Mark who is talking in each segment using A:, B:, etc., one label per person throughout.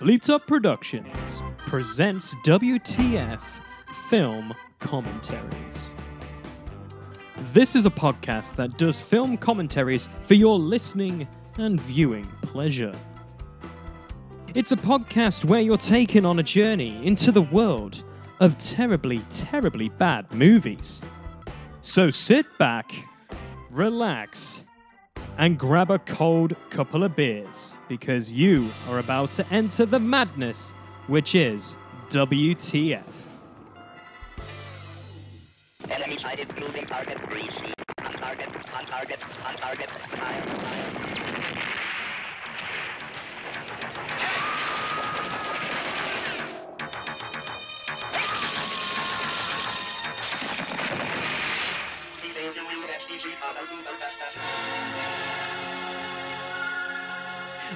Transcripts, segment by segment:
A: Bleeped Up Productions presents WTF Film Commentaries. This is a podcast that does film commentaries for your listening and viewing pleasure. It's a podcast where you're taken on a journey into the world of terribly, terribly bad movies. So sit back, relax, and grab a cold couple of beers because you are about to enter the madness, which is WTF.
B: Enemy sighted moving target greasy. On target, on target, on target. Fire.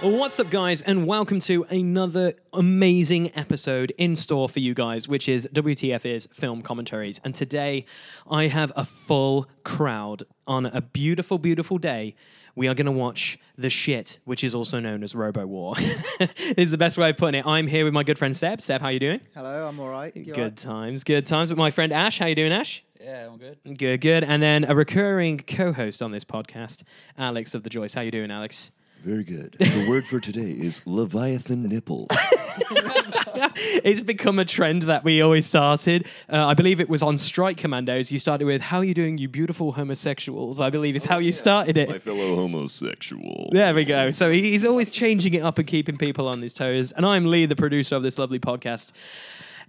A: What's up, guys, and welcome to another amazing episode in store for you guys, which is WTF is Film Commentaries. And today I have a full crowd on a beautiful, beautiful day. We are going to watch The Shit, which is also known as Robo War, is the best way of putting it. I'm here with my good friend Seb. Seb, how you doing?
C: Hello, I'm all right. You all
A: good
C: right?
A: times, good times. With my friend Ash, how you doing, Ash?
D: Yeah, I'm good.
A: Good, good. And then a recurring co-host on this podcast, Alex of the Joyce. How you doing, Alex?
E: Very good. The word for today is Leviathan nipple.
A: It's become a trend that we always started. Uh, I believe it was on Strike Commandos. You started with "How you doing, you beautiful homosexuals?" I believe is how
D: Oh,
A: you started it.
E: fellow homosexual.
A: There we go. So he- he's always changing it up and keeping people on his toes. And I'm Lee, the producer of this lovely podcast.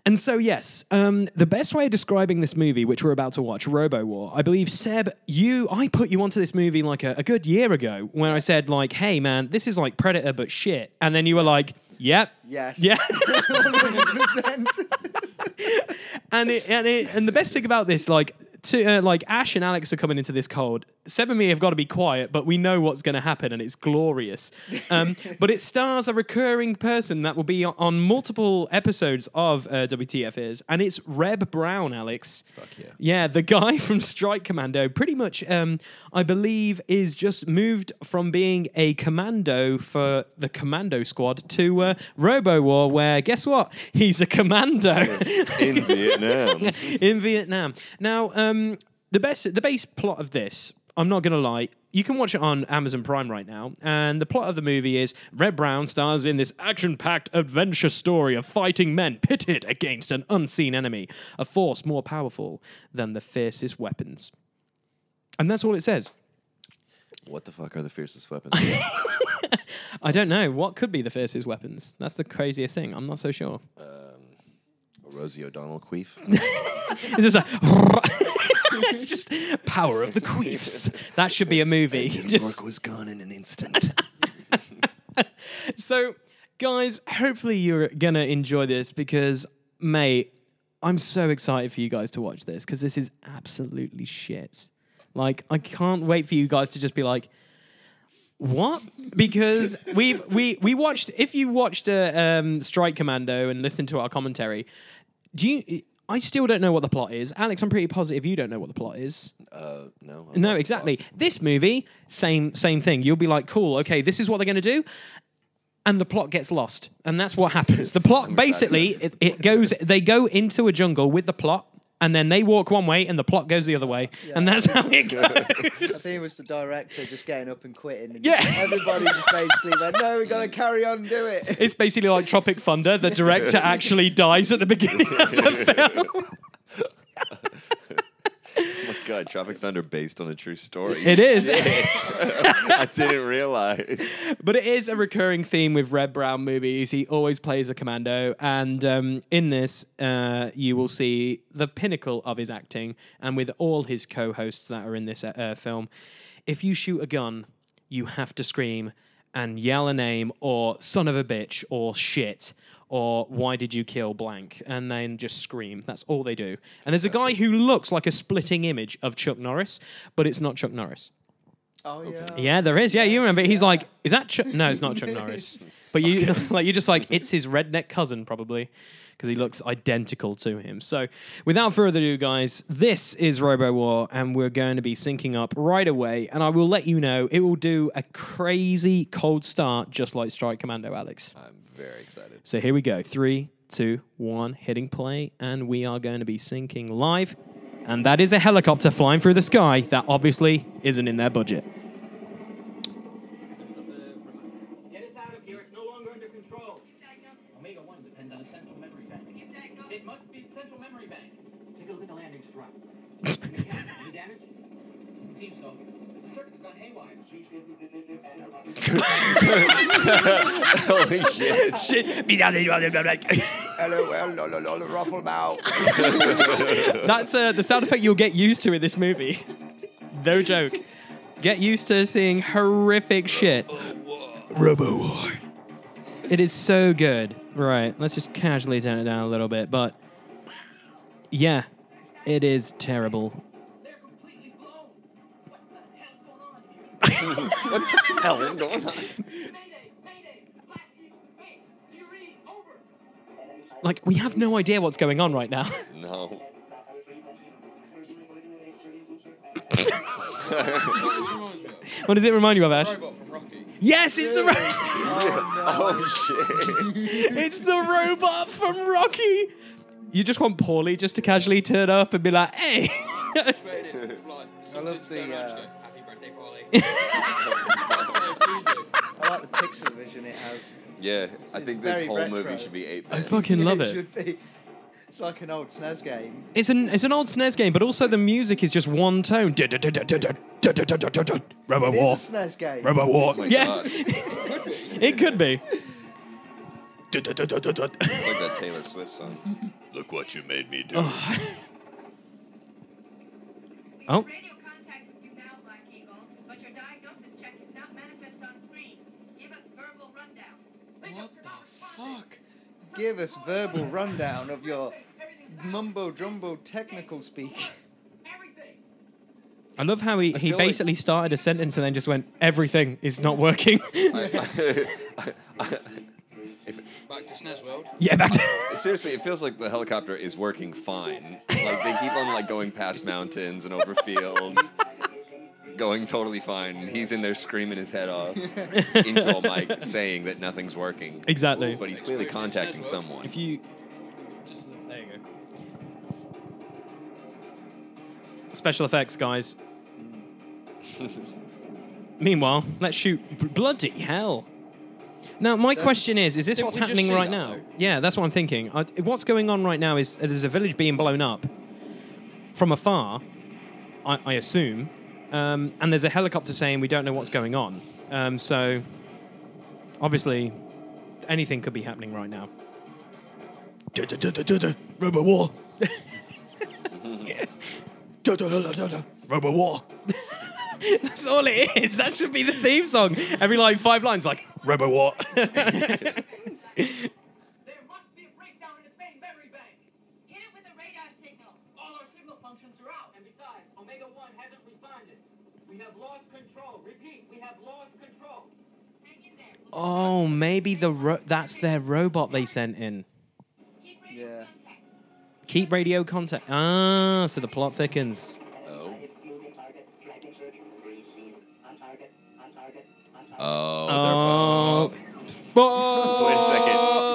A: And so, yes, um, the best way of describing this movie, which we're about to watch, Robo War, I believe, Seb, you, I put you onto this movie like a, a good year ago when I said, like, hey, man, this is like Predator, but shit. And then you were like, yep.
C: Yes.
A: Yeah.
C: 100%.
A: and it, and it, and the best thing about this, like, to, uh, like Ash and Alex are coming into this cold. Seb and me have got to be quiet, but we know what's going to happen, and it's glorious. Um, but it stars a recurring person that will be on, on multiple episodes of uh, WTF is, and it's Reb Brown, Alex. Fuck
D: yeah.
A: Yeah, the guy from Strike Commando, pretty much, um, I believe, is just moved from being a commando for the Commando Squad to uh, Robo War, where guess what? He's a commando.
E: In Vietnam.
A: in Vietnam. Now, um, the best, the base plot of this, I'm not gonna lie, you can watch it on Amazon Prime right now. And the plot of the movie is Red Brown stars in this action-packed adventure story of fighting men pitted against an unseen enemy, a force more powerful than the fiercest weapons. And that's all it says.
E: What the fuck are the fiercest weapons?
A: I don't know what could be the fiercest weapons. That's the craziest thing. I'm not so sure.
E: Rosie O'Donnell queef.
A: It's just like it's just power of the queefs. That should be a movie. Just-
E: York was gone in an instant.
A: So, guys, hopefully you're gonna enjoy this because, mate, I'm so excited for you guys to watch this because this is absolutely shit. Like, I can't wait for you guys to just be like, what? Because we've we we watched. If you watched uh, um, Strike Commando and listened to our commentary, do you? I still don't know what the plot is, Alex. I'm pretty positive you don't know what the plot is.
E: Uh, no.
A: No, exactly. This movie, same same thing. You'll be like, cool, okay, this is what they're going to do, and the plot gets lost, and that's what happens. The plot basically it, it goes. They go into a jungle with the plot, and then they walk one way, and the plot goes the other way, and that's how it
C: I
A: goes.
C: think it was the director just getting up and quitting. And
A: Yeah.
C: Everybody just basically went, no, we got to carry on, do it.
A: It's basically like Tropic Thunder. The director actually dies at the beginning of the film.
E: Oh my god, Tropic Thunder based on a true story.
A: It is.
E: I didn't realize.
A: But it is a recurring theme with Red Brown movies. He always plays a commando, and um, in this, uh, you will see the pinnacle of his acting, and with all his co-hosts that are in this uh, uh, film. If you shoot a gun, you have to scream and yell a name, or "son of a bitch," or "shit." Or why did you kill blank? And then just scream. That's all they do. And there's a guy who looks like a splitting image of Chuck Norris, but it's not Chuck Norris.
C: Oh, yeah.
A: Yeah, there is. Yeah, you remember. He's like, is that Chuck? No, it's not Chuck Norris. But you like you're just like it's his redneck cousin probably because he looks identical to him. So, without further ado, guys, this is Robo War, and we're going to be syncing up right away. And I will let you know it will do a crazy cold start, just like Strike Commando, Alex.
E: I'm
C: very excited.
A: So here we go. Three, two, one, hitting play, and we are going to be syncing live. And that is a helicopter flying through the sky. That obviously isn't in their budget.
D: Get us out of here. It's no longer under control. Omega 1 depends on a central memory bank. It must be central memory bank. Take a look at the landing strut. Mechanics, Any damage? Seems so. The circuit's gone haywire.
F: Holy shit.
C: Hello, hello, hello, hello, ruffle mouth.
A: That's uh, the sound effect you'll get used to in this movie. no joke. Get used to seeing horrific shit. Robo War. It is so good. Right, let's just casually turn it down a little bit, but yeah, it is terrible.
D: They're completely blown. What the hell's going on here?
F: Hell, what's going on?
D: Mayday! Mayday! Black Eagle base! Fury! Over!
A: Like, we have no idea what's going on right now.
F: No.
A: what does it remind you of, Ash?
G: Robot from Rocky.
A: Yes, it's the ro-
F: Oh shit.
A: it's the robot from Rocky. You just want Paulie just to casually turn up and be like, "Hey,
G: Made it, like,
C: I love
G: something's going
C: the,
G: on, just
C: uh,
G: go, Happy birthday, Polly.
C: I like the pixel vision it has.
F: Yeah, I
C: it's
F: think this
C: very
F: whole
C: retro.
F: movie should be eight.
A: I
F: bit.
A: fucking love
C: it.
A: it."
C: should be. It's like an old SNES game.
A: It's an it's an old SNES game, but also the music is just one tone. Robo
C: It
A: War,
C: is a SNES game.
A: Robo War.
F: E Oh my
A: Yeah,
F: God. It's
A: it could be.
F: like that Taylor Swift song.
E: Look what you made me do.
A: Oh,
H: Radio contact with you now, Black Eagle, but your diagnosis check is not manifest on screen. Give us verbal rundown.
G: What the fuck?
C: Give us verbal rundown of your mumbo jumbo technical speak.
D: Everything!
A: I love how he, he
F: feel like-
A: basically started a sentence and then just went, "Everything is not working."
G: Back to SNES World.
A: yeah, back. To-
F: Seriously, it feels like the helicopter is working fine. Like they keep on like going past mountains and over fields, going totally fine. And he's in there screaming his head off into a mic, saying that nothing's working.
A: exactly.
F: But he's clearly contacting someone.
A: If you
G: Just, there you go.
A: special effects guys. Meanwhile, let's shoot B- bloody hell. Now, my question is: Is this
G: Didn't
A: what's
G: we just
A: happening
G: see
A: right
G: that,
A: now?
G: though?
A: Yeah, that's what I'm thinking. I, what's going on right now is uh, there's a village being blown up from afar, I, I assume, um, and there's a helicopter saying we don't know what's going on. Um, so, obviously, anything could be happening right now. Robo war. Robo war. That's all it is. That should be the theme song. Every like five lines, like Robo war.
D: There must be a breakdown in its main memory bank.
H: Hit it with a radar signal.
D: All our signal functions are out. And besides, Omega 1 hasn't responded. We have lost control. Repeat, we have lost control.
H: Hang in there.
A: oh, maybe the ro- that's their robot they sent in.
H: Keep radio
C: Yeah.
H: contact.
A: Keep radio contact. Ah, so the plot thickens.
F: Oh.
A: Oh.
F: Oh,
A: Wait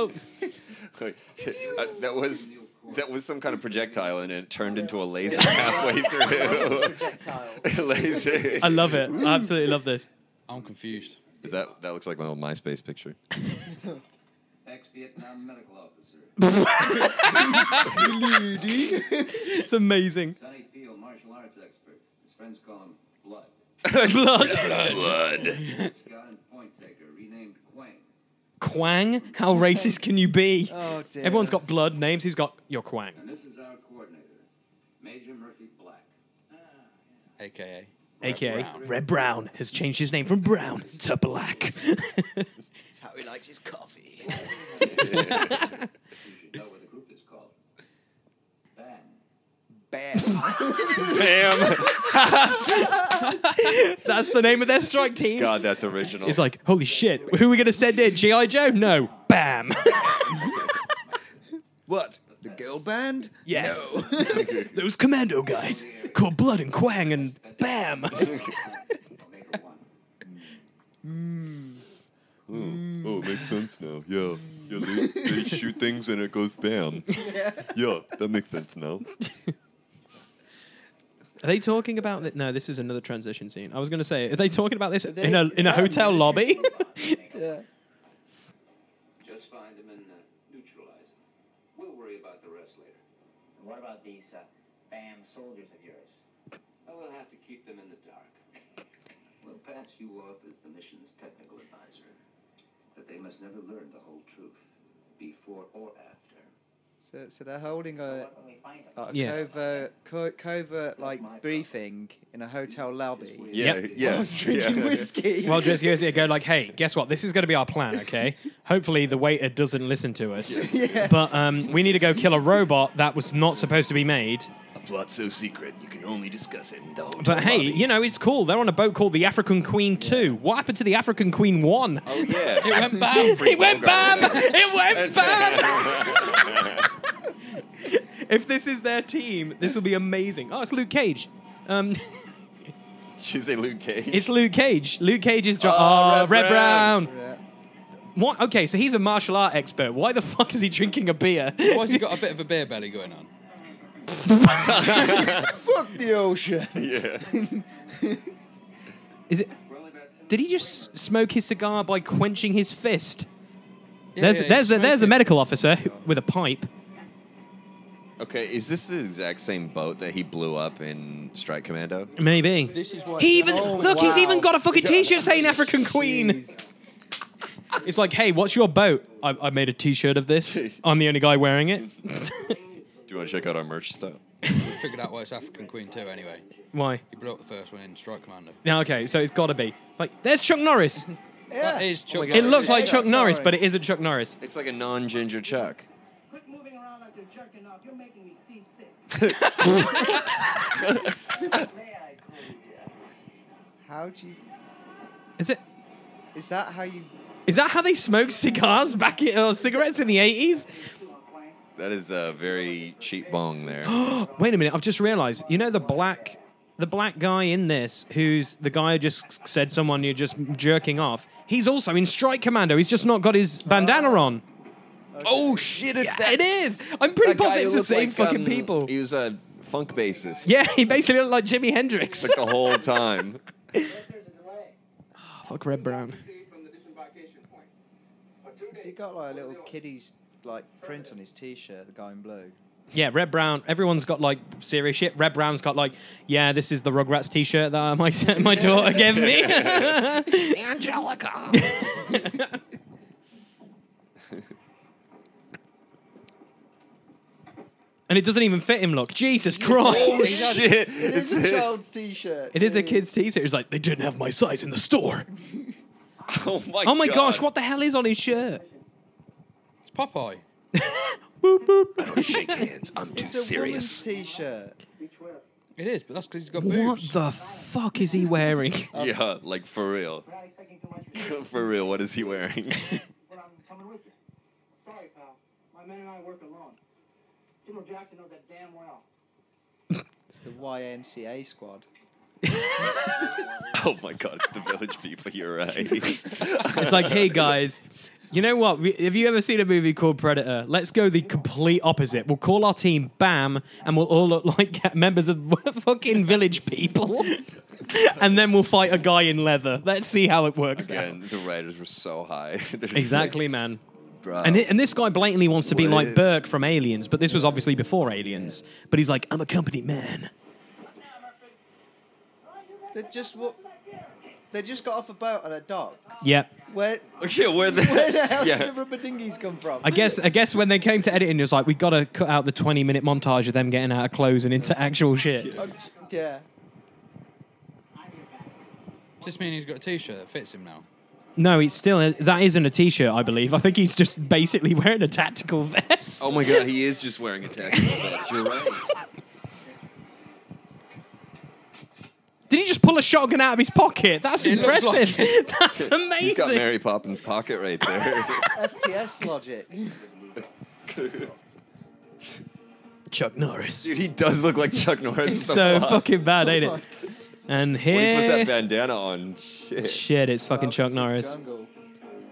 A: Um,
F: they're both. Uh, that was that was some kind of projectile, and it turned into a laser halfway through.
C: Projectile.
F: laser.
A: I love it. I absolutely love this.
G: I'm confused.
F: Is that that looks like my old MySpace picture?
I: Ex-Vietnam medical officer,
A: It's amazing.
I: Sonny Peel, martial arts expert. His friends call him Blood.
A: Blood.
F: Blood.
I: Scott and point taker, renamed Quang.
A: Quang. How racist can you be?
C: Oh dear.
A: Everyone's got blood names. He's got your Quang.
I: And this is our coordinator, Major Murphy Black.
G: AKA. Red
A: AKA
G: Brown.
A: Red Brown has changed his name from Brown to Black.
C: That's how he likes his coffee.
I: You should know what the group is called. Bang.
C: Bam.
F: Bam.
A: That's the name of their strike team.
F: God, that's original.
A: It's like, holy shit, who are we going to send in? G.I. Joe? No. Bam.
C: what? The girl band?
A: yes. Those commando guys called Blood and Quang and Bam.
I: Omega 1.
E: Oh, it makes sense now. Yeah.
F: Yeah, they, they shoot things and it goes bam. Yeah, that makes sense now.
A: Are they talking about that? No, this is another transition scene. I was going to say, are they talking about this
C: Are
A: in
C: they-
A: a
C: is
A: in a
C: that
A: hotel
C: military?
A: lobby?
C: yeah.
I: Just find him and uh, neutralize him. We'll worry about the rest later.
D: And what about these uh, BAM soldiers of yours?
I: I will have to keep them in the dark. We'll pass you off as the mission's technical advisor. But they must never learn the whole truth, before or after.
C: So, so they're holding a,
D: What when we find them?
C: like a
A: Yeah.
C: covert, co- covert like briefing in a hotel lobby.
F: Yeah,
A: Yep.
F: yeah.
C: I was drinking
F: yeah.
C: whiskey.
A: Well, just goes here, go like, hey, guess what? This is going to be our plan, okay? Hopefully, the waiter doesn't listen to us.
C: Yeah.
A: But um, we need to go kill a robot that was not supposed to be made.
F: A plot so secret you can only discuss it in the hotel
A: But hey,
F: lobby.
A: you know, it's cool. They're on a boat called the African Queen 2. What happened to the African Queen 1?
F: Oh yeah.
G: It went bam.
F: Free
A: It went bam!
F: Bogart.
A: It went bam! if this is their team, this will be amazing. Oh, it's Luke Cage. Um,
F: Did you say Luke Cage?
A: it's Luke Cage. Luke Cage is. Dro-
F: Oh,
A: oh,
F: Red
A: Red, Brown.
C: Yeah.
A: What? Okay, so he's a martial art expert. Why the fuck is he drinking a beer?
G: Why's he got a bit of a beer belly going on?
C: Fuck the ocean.
F: yeah.
A: Is it? Did he just s- smoke his cigar by quenching his fist?
G: Yeah,
A: there's
G: yeah, he's
A: there's the, there's the
G: smoking.
A: medical officer who- with a pipe.
F: Okay, is this the exact same boat that he blew up in Strike Commando?
A: Maybe.
G: This is why.
A: He even
C: Oh,
A: look. He's
C: wow.
A: even got a fucking T-shirt saying African Queen.
C: Jeez.
A: It's like, hey, what's your boat? I, I made a T-shirt of this. I'm the only guy wearing it.
F: Do you want to check out our merch stuff?
G: figured out why it's African Queen too. Anyway,
A: Why?
G: he blew up the first one in Strike Commander.
A: Now, okay, so it's got to be like there's Chuck Norris.
C: Yeah. Oh
G: That is Chuck.
A: It looks
C: Yeah,
A: like
C: that's
A: Chuck Norris,
C: alright.
A: but it isn't Chuck Norris.
F: It's like a non-ginger Chuck.
D: Quit moving around like you're jerking off. You're making me seasick. May I call you Jack?
C: How do you?
A: Is it?
C: Is that how you?
A: Is that how they smoked cigars back in or cigarettes in the 80s?
F: That is a very cheap bong there.
A: Wait a minute, I've just realised. You know the black, the black guy in this, who's the guy who just said someone you're just jerking off. He's also in Strike Commando. He's just not got his bandana on.
F: oh shit! It's
A: It is. I'm pretty
F: that
A: positive it's
F: guy who
A: the
F: looked
A: same
F: like,
A: fucking
F: um,
A: people.
F: He was a funk bassist.
A: Yeah, he basically looked like Jimi Hendrix.
F: Like the whole time.
D: There's a delay.
A: Oh, fuck Red Brown.
D: From the disembarkation point. For two
C: Has he got like a little kiddie's like print on his T-shirt? The guy in blue.
A: Yeah, Red Brown. Everyone's got like serious shit. Red Brown's got like, yeah, this is the Rugrats T-shirt that my my daughter gave me.
F: Angelica.
A: and it doesn't even fit him. Look, Jesus Christ.
F: Oh
C: It
F: shit!
C: is a child's T-shirt.
A: It is a
C: dude.
A: kid's t-shirt. It's like they didn't have my size in the store.
F: Oh my.
A: oh my
F: God.
A: gosh, what the hell is on his shirt?
G: It's Popeye.
A: Boop
F: I
A: boop.
F: don't shake hands. I'm too
C: It's a
F: serious.
C: woman's T-shirt.
G: It is, but that's because he's got
A: What
G: boobs.
A: the fuck is he wearing?
F: Yeah, like for real.
D: Not expecting too much.
F: For real, what is he wearing?
D: But I'm coming with you. Sorry, pal. My men and I work alone. Jim Jackson knows that damn well.
C: It's the YMCA squad.
F: oh my god, it's the village people, you're right.
A: It's like, hey guys, you know what? We, have you ever seen a movie called Predator? Let's go the complete opposite. We'll call our team BAM, and we'll all look like members of fucking village people. and then we'll fight a guy in leather. Let's see how it works out.
F: Again, the writers were so high. They're just like,
A: Exactly, man.
F: "Bruh."
A: And, thi- and this guy blatantly wants to be
F: What
A: like
F: if-
A: Burke from Aliens, but this was obviously before Aliens. But he's like, I'm a company man.
C: They just what? They just got off a boat on a dock.
A: Yep.
C: Where?
F: yeah, where the,
C: Where the hell
F: yeah.
C: did the rubber dinghies come from?
A: I guess I guess when they came to editing, it was like, we got to cut out the 20 minute montage of them getting out of clothes and into actual shit.
C: Oh, yeah.
G: Does this mean he's got a T-shirt that fits him now?
A: No, it's still that isn't a t-shirt, I believe. I think he's just basically wearing a tactical vest.
F: Oh my god, he is just wearing a tactical vest. You're right.
A: Did he just pull a shotgun out of his pocket? That's
G: It looks like
A: impressive. That's amazing.
F: He's got Mary Poppins pocket right there.
C: FPS logic.
A: Chuck Norris.
F: Dude, he does look like Chuck Norris.
A: It's
F: the
A: so
F: fuck?
A: fucking bad, ain't it? And
F: When he puts that
A: here,
F: bandana on, shit.
A: shit, it's fucking
C: Welcome to
A: Chuck
C: the
A: Norris.
C: jungle.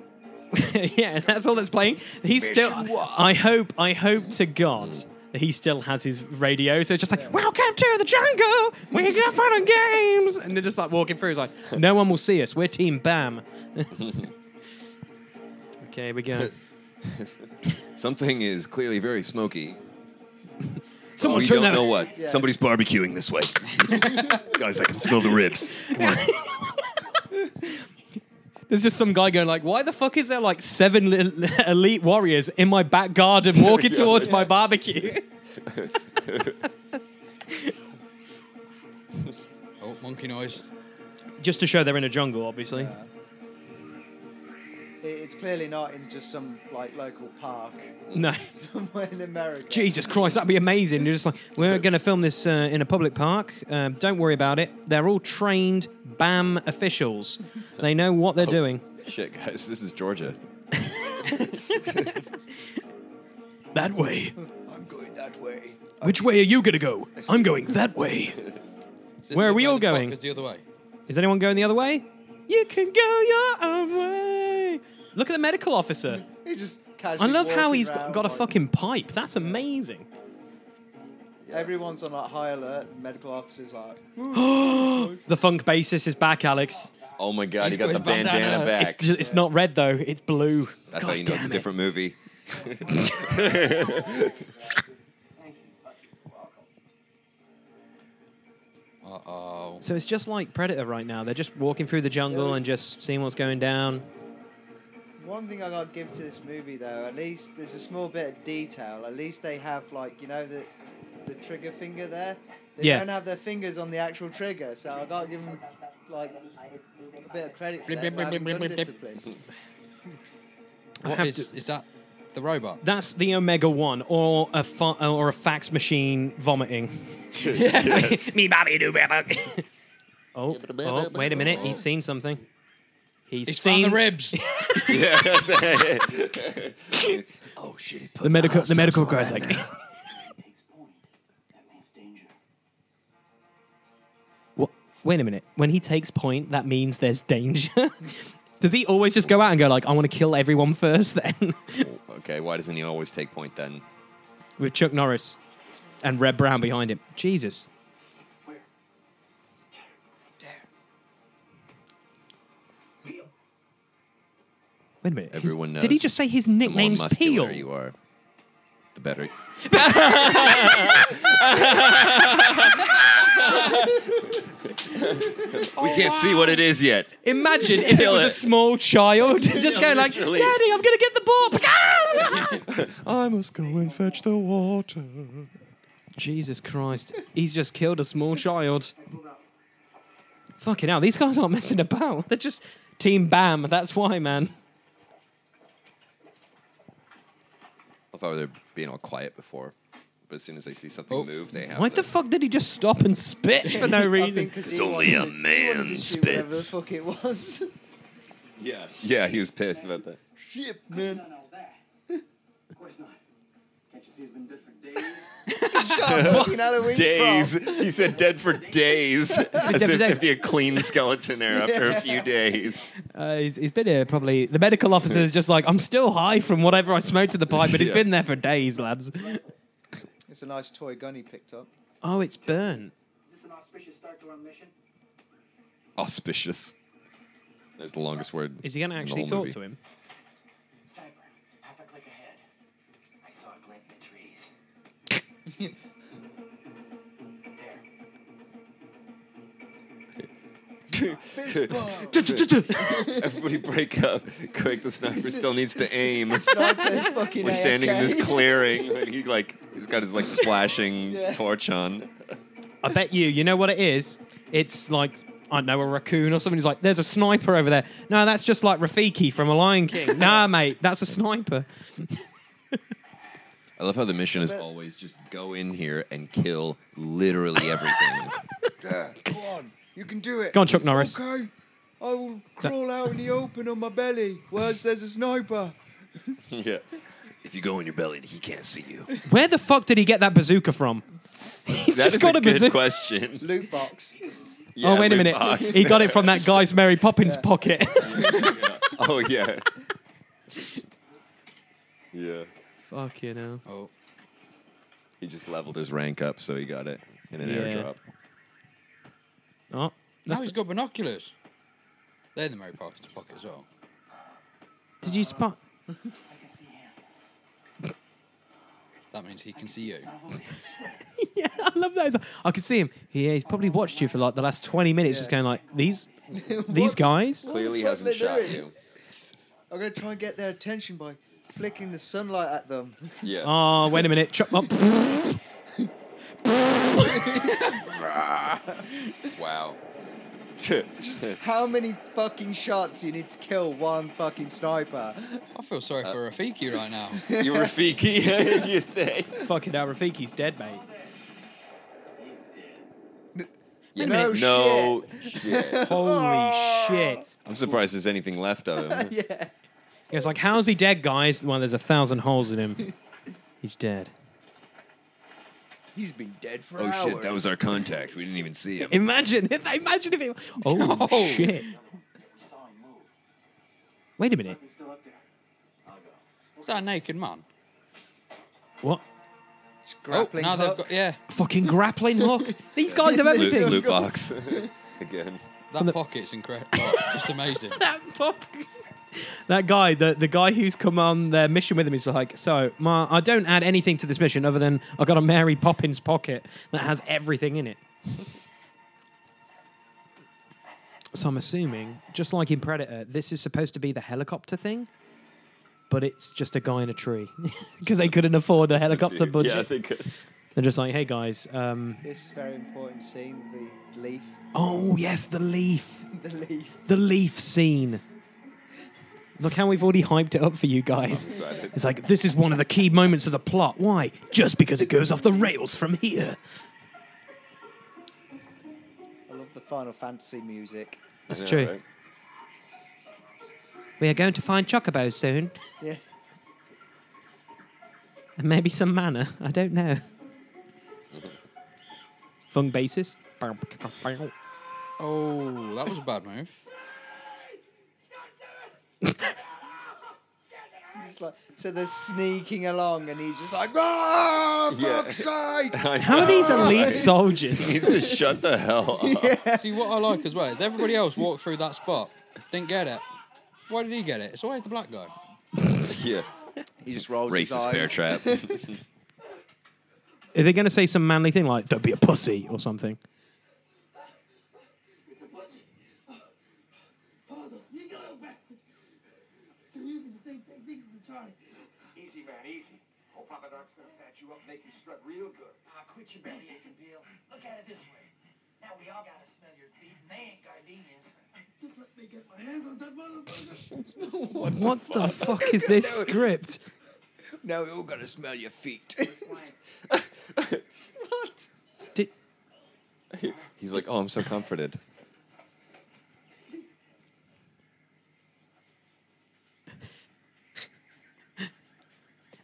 A: yeah, that's all that's playing. He's still. I hope. I hope to God that he still has his radio. So it's just like, "Welcome to the jungle. We got fun and games," and they're just like walking through. He's like, "No one will see us. We're Team Bam." okay, we go.
F: Oh, Something is clearly very smoky.
A: Someone
F: we
A: turn
F: don't
A: that.
F: know what.
C: Yeah.
F: Somebody's barbecuing this way. Guys, I can smell the ribs. Come on.
A: There's just some guy going like, "Why the fuck is there like seven li- elite warriors in my back garden walking towards my barbecue?"
G: Oh, monkey noise.
A: just to show they're in a jungle, obviously.
C: It- It's clearly not in just some like local park
A: No.
C: somewhere in America.
A: Jesus Christ, that'd be amazing. You're just like, we're going to film this uh, in a public park. Um, don't worry about it. They're all trained BAM officials. They know what they're doing.
F: Shit, guys, this is Georgia.
A: That way.
C: I'm going that way.
A: Which way are you going to go? I'm going that way.
G: Is this
A: Where are
G: the
A: we
G: way
A: all
G: the clock
A: going?
G: Is the other way.
A: Is anyone going the other way? You can go your own way. Look at the medical officer.
C: He's just
A: I
C: casually.
A: love how
C: walking
A: he's got,
C: round,
A: got a
C: like,
A: fucking pipe. That's amazing.
C: Everyone's on like high alert. and medical officers like.
A: The funk bassist is back, Alex.
F: Oh my god,
G: He's
F: he got,
G: got
F: the
G: his bandana.
F: bandana, back.
A: It's, ju- it's not red, though. It's blue.
F: That's
A: God
F: how you know it's a
A: damn it.
F: different movie.
G: Uh oh.
A: So it's just like Predator right now. They're just walking through the jungle and just seeing what's going down.
C: One thing I gotta give to this movie though, at least there's a small bit of detail. At least they have like you know the the trigger finger there. They
A: Yeah.
C: don't have their fingers on the actual trigger, so I gotta give them like a bit of credit for
G: Blip,
C: that,
G: blip,
C: for
G: blip,
C: having gun
G: blip, blip, blip.
C: discipline.
A: I
G: What
A: have
G: is,
A: to-
G: is that? The robot.
A: That's the Omega One, or a fa- uh, or a fax machine vomiting. Me Bobby do Bobby. Oh, oh, wait a minute! He's seen something. He's,
G: He's found
A: seen
G: the ribs.
F: Yeah. oh shit. he put
A: The medical, the
F: molasses
A: medical
F: on
A: guy's
F: that.
A: like,
I: Takes point. That means danger.
A: "Wha- wait a minute. When he takes point, that means there's danger. Does he always just go out and go like, I want to kill everyone first? Then
F: okay, why doesn't he always take point then?
A: with Chuck Norris and Red Brown behind him. Jesus,
I: Peel.
A: Wait a minute. His-
F: Everyone
A: Did he
F: knows
A: just say his
F: The more
A: nickname's
F: muscular
A: Peel?
F: you are, the better. we can't see what it is yet.
A: Imagine if it
F: Kill
A: was a
F: it.
A: small child just going like,
F: Literally.
A: "Daddy, I'm gonna get the ball."
E: I must go and fetch the water.
A: Jesus Christ, he's just killed a small child. Fucking hell, these guys aren't messing about. They're just team bam. That's why, man. Oh,
F: If I were there being all quiet before, but as soon as they see something
G: Oh.
F: move, they have
A: Why
F: to.
A: the fuck did he just stop and spit for no reason?
C: it's only a man spits. Whatever the fuck it was.
F: yeah, yeah, he was pissed about that.
C: Shit, man.
I: Done all that. of course not. Can't you see it's been dead for days?
C: Fucking Halloween
F: Days.
C: prop.
F: He said dead for days. As
A: dead for
F: if
A: days.
F: there'd be a clean skeleton there after a few days.
A: Uh, he's, he's been here probably. The medical officer is just like, I'm still high from whatever I smoked at the pipe, but it's
F: Yeah.
A: been there for days, lads.
C: It's a nice toy gun he picked up.
A: Oh, it's burnt.
I: Is this an auspicious start to our mission?
F: Auspicious. That's the longest word.
A: Is he gonna
F: in the
A: actually
F: whole
A: talk
F: movie.
A: to him?
I: Sniper, half a click ahead. I saw a glint in the trees. there.
F: Everybody break up. Quick, the sniper still needs to aim.
C: Sniper's fucking
F: We're standing in this
C: AFK.
F: clearing. and he like he's got his like flashing
C: Yeah.
F: torch on.
A: I bet you, you know what it is? It's like, I don't know, a raccoon or something. He's like, there's a sniper over there. No, that's just like Rafiki from A Lion King. nah, mate, that's a sniper.
F: I love how the mission is
C: But-
F: always just go in here and kill literally everything.
C: Go on, you can do it.
A: Go on,
G: Oh,
A: Chuck Norris.
C: Okay, I will crawl out in the open on my belly. Whereas there's a sniper.
F: yeah. If you go in your belly, he can't see you.
A: Where the fuck did he get that bazooka from? He's
F: That
A: just
F: is
A: got
F: a,
A: a,
F: good
A: bazooka.
F: question.
C: Loot box.
A: oh,
F: Yeah,
A: wait a
F: loot
A: minute.
F: box.
A: He got it from that guy's Mary Poppins pocket.
F: oh yeah. Yeah.
A: Fuck you know.
G: Oh,
F: He just leveled his rank up, so he got it in an
A: Yeah.
F: airdrop.
A: Oh,
G: now
A: that's
G: he's
A: the-
G: got binoculars. They're in the Mary Poppins pocket as well.
A: did you spot?
G: That means he can see you.
A: yeah, I love that. It's like- I could see him. Yeah, he's probably watched you for like the last twenty minutes, just
C: Yeah.
A: going like these these guys.
F: Clearly
C: fuck
F: hasn't
C: they
F: shot
C: doing?
F: you.
C: I'm gonna try and get their attention by flicking the sunlight at them.
F: Yeah.
A: Oh, wait a minute. Chop up.
G: Wow.
F: Just a-
C: How many fucking shots do you need to kill one fucking sniper?
G: I feel sorry
C: Uh.
G: for Rafiki right now.
F: you were Fiki, as you say.
A: Fucking hell, Rafiki's dead, mate.
F: Yeah,
C: No
F: no shit.
A: Holy shit.
F: I'm surprised there's anything left of him.
C: yeah.
A: He was like, how's he dead, guys? Well, there's a thousand holes in him. He's dead.
C: He's been dead for
F: Oh
C: hours.
F: shit, that was our contact. We didn't even see him.
A: Imagine. Imagine if it. Oh, shit. Wait a minute.
G: Is that a naked man?
A: What?
C: It's
G: Oh,
C: grappling
G: now they've
C: hook.
G: got yeah.
A: Fucking grappling hook. These guys have
F: Loot,
A: everything.
F: loot box. Again.
G: That pocket's incredible. just amazing.
A: that pop. That guy, the, the guy who's come on their mission with him, is like, so Ma, I don't add anything to this mission other than I got a Mary Poppins pocket that has everything in it. so I'm assuming, just like in Predator, this is supposed to be the helicopter thing, but it's just a guy in a tree because they couldn't afford a helicopter
F: Dude,
A: budget.
F: Yeah, I think.
A: They're just like, hey guys, um,
C: This is a very important scene. The leaf.
A: oh yes, the leaf.
C: The leaf.
A: the leaf scene. Look how we've already hyped it up for you guys.
F: excited.
A: It's like this is one of the key moments of the plot. Why? Just because it goes off the rails from here.
C: I love the Final Fantasy music.
A: That's
F: Yeah,
A: true.
F: right.
A: We are going to find chocobos soon,
C: Yeah.
A: and maybe some manna. I don't know. Fung basis.
G: Oh, that was a bad move.
C: It's like, so they're sneaking along, and he's just like, ah,
F: Yeah.
C: fuck's sake!
F: I
A: How are these
F: know,
A: elite
F: right? He
A: soldiers?
F: needs to shut the hell up.
G: See what I like as well is everybody else walked through that spot, didn't get it. Why did he get it? It's always the black guy.
F: Yeah.
C: He just rolls his
F: Racist
C: eyes.
F: bear trap.
A: Are they going to say some manly thing like "Don't be a pussy" or something?
I: Easy, man, easy. Old Papa Doc's gonna patch you up, make you strut real good.
D: Ah, quit your belly aching, Bill. Look at it this way. Now we all gotta smell your feet, and they ain't gardenias. Just let me get my hands on that motherfucker.
A: What, the, fuck? is this script?
C: Now we're all gonna smell your feet. what?
A: Did,
F: He's like, oh, I'm so comforted.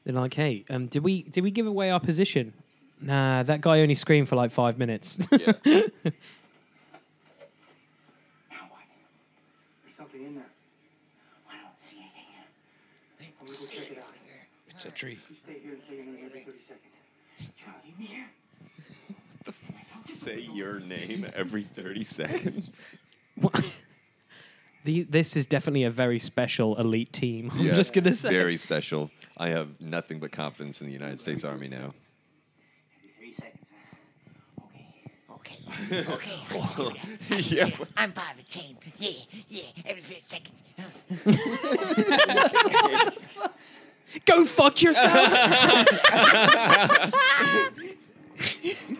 A: They're like, "Hey, um, did we did we give away our position?" Nah, that guy only screamed for like five minutes.
F: Yeah.
D: Now what? There's something in there. I don't see anything yet. Let me go check it out.
G: It's a tree.
D: You stay here and say your name every 30 seconds. Charlie, leave me here.
F: Say your name every 30 seconds.
A: What? The, this is definitely a very special elite team. I'm
F: Yeah,
A: just gonna say.
F: Very special. I have nothing but confidence in the United States Army now.
D: Every three seconds, huh? Okay.
F: yeah.
B: I'm part of the team. Yeah, yeah, every few seconds.
A: Go fuck yourself.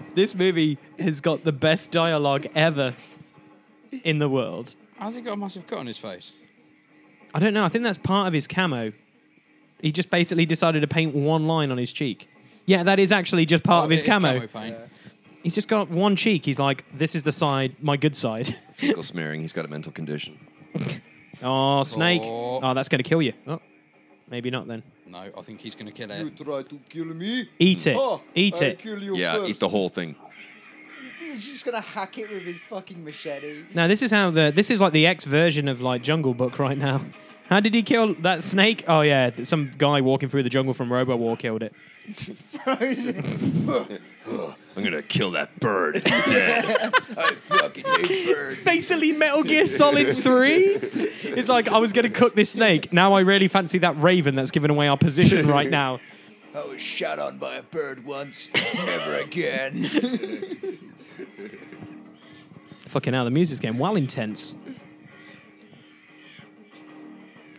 A: this movie has got the best dialogue ever in the world.
G: How's he got a massive cut on his face?
A: I don't know. I think that's part of his camo. He just basically decided to paint one line on his cheek. Yeah, that is actually just part of his
G: Oh, It is
A: camo.
G: paint.
A: He's just got one cheek. He's like, this is the side, my good side.
F: Fecal smearing. He's got a mental condition.
A: Oh, snake.
G: Oh.
A: Oh, that's going to kill you. Oh, maybe not then.
G: No, I think he's gonna kill
C: You
G: it.
C: try to kill me?
A: Eat it.
C: Oh,
A: Eat
C: I'll
A: it.
C: kill you
F: Yeah,
C: first.
F: eat the whole thing.
C: He's just gonna hack it with his fucking machete.
A: Now this is how the this is like the X version of like Jungle Book right now. How did he kill that snake? Oh yeah, th- some guy walking through the jungle from RoboWar killed it.
C: Frozen.
F: I'm gonna kill that bird instead. I fucking hate birds.
A: Basically, Metal Gear Solid Three. It's like I was gonna cook this snake. Now I really fancy that raven that's giving away our position right now.
C: I was shot on by a bird once. Never again.
A: Fucking hell, the music's getting well intense.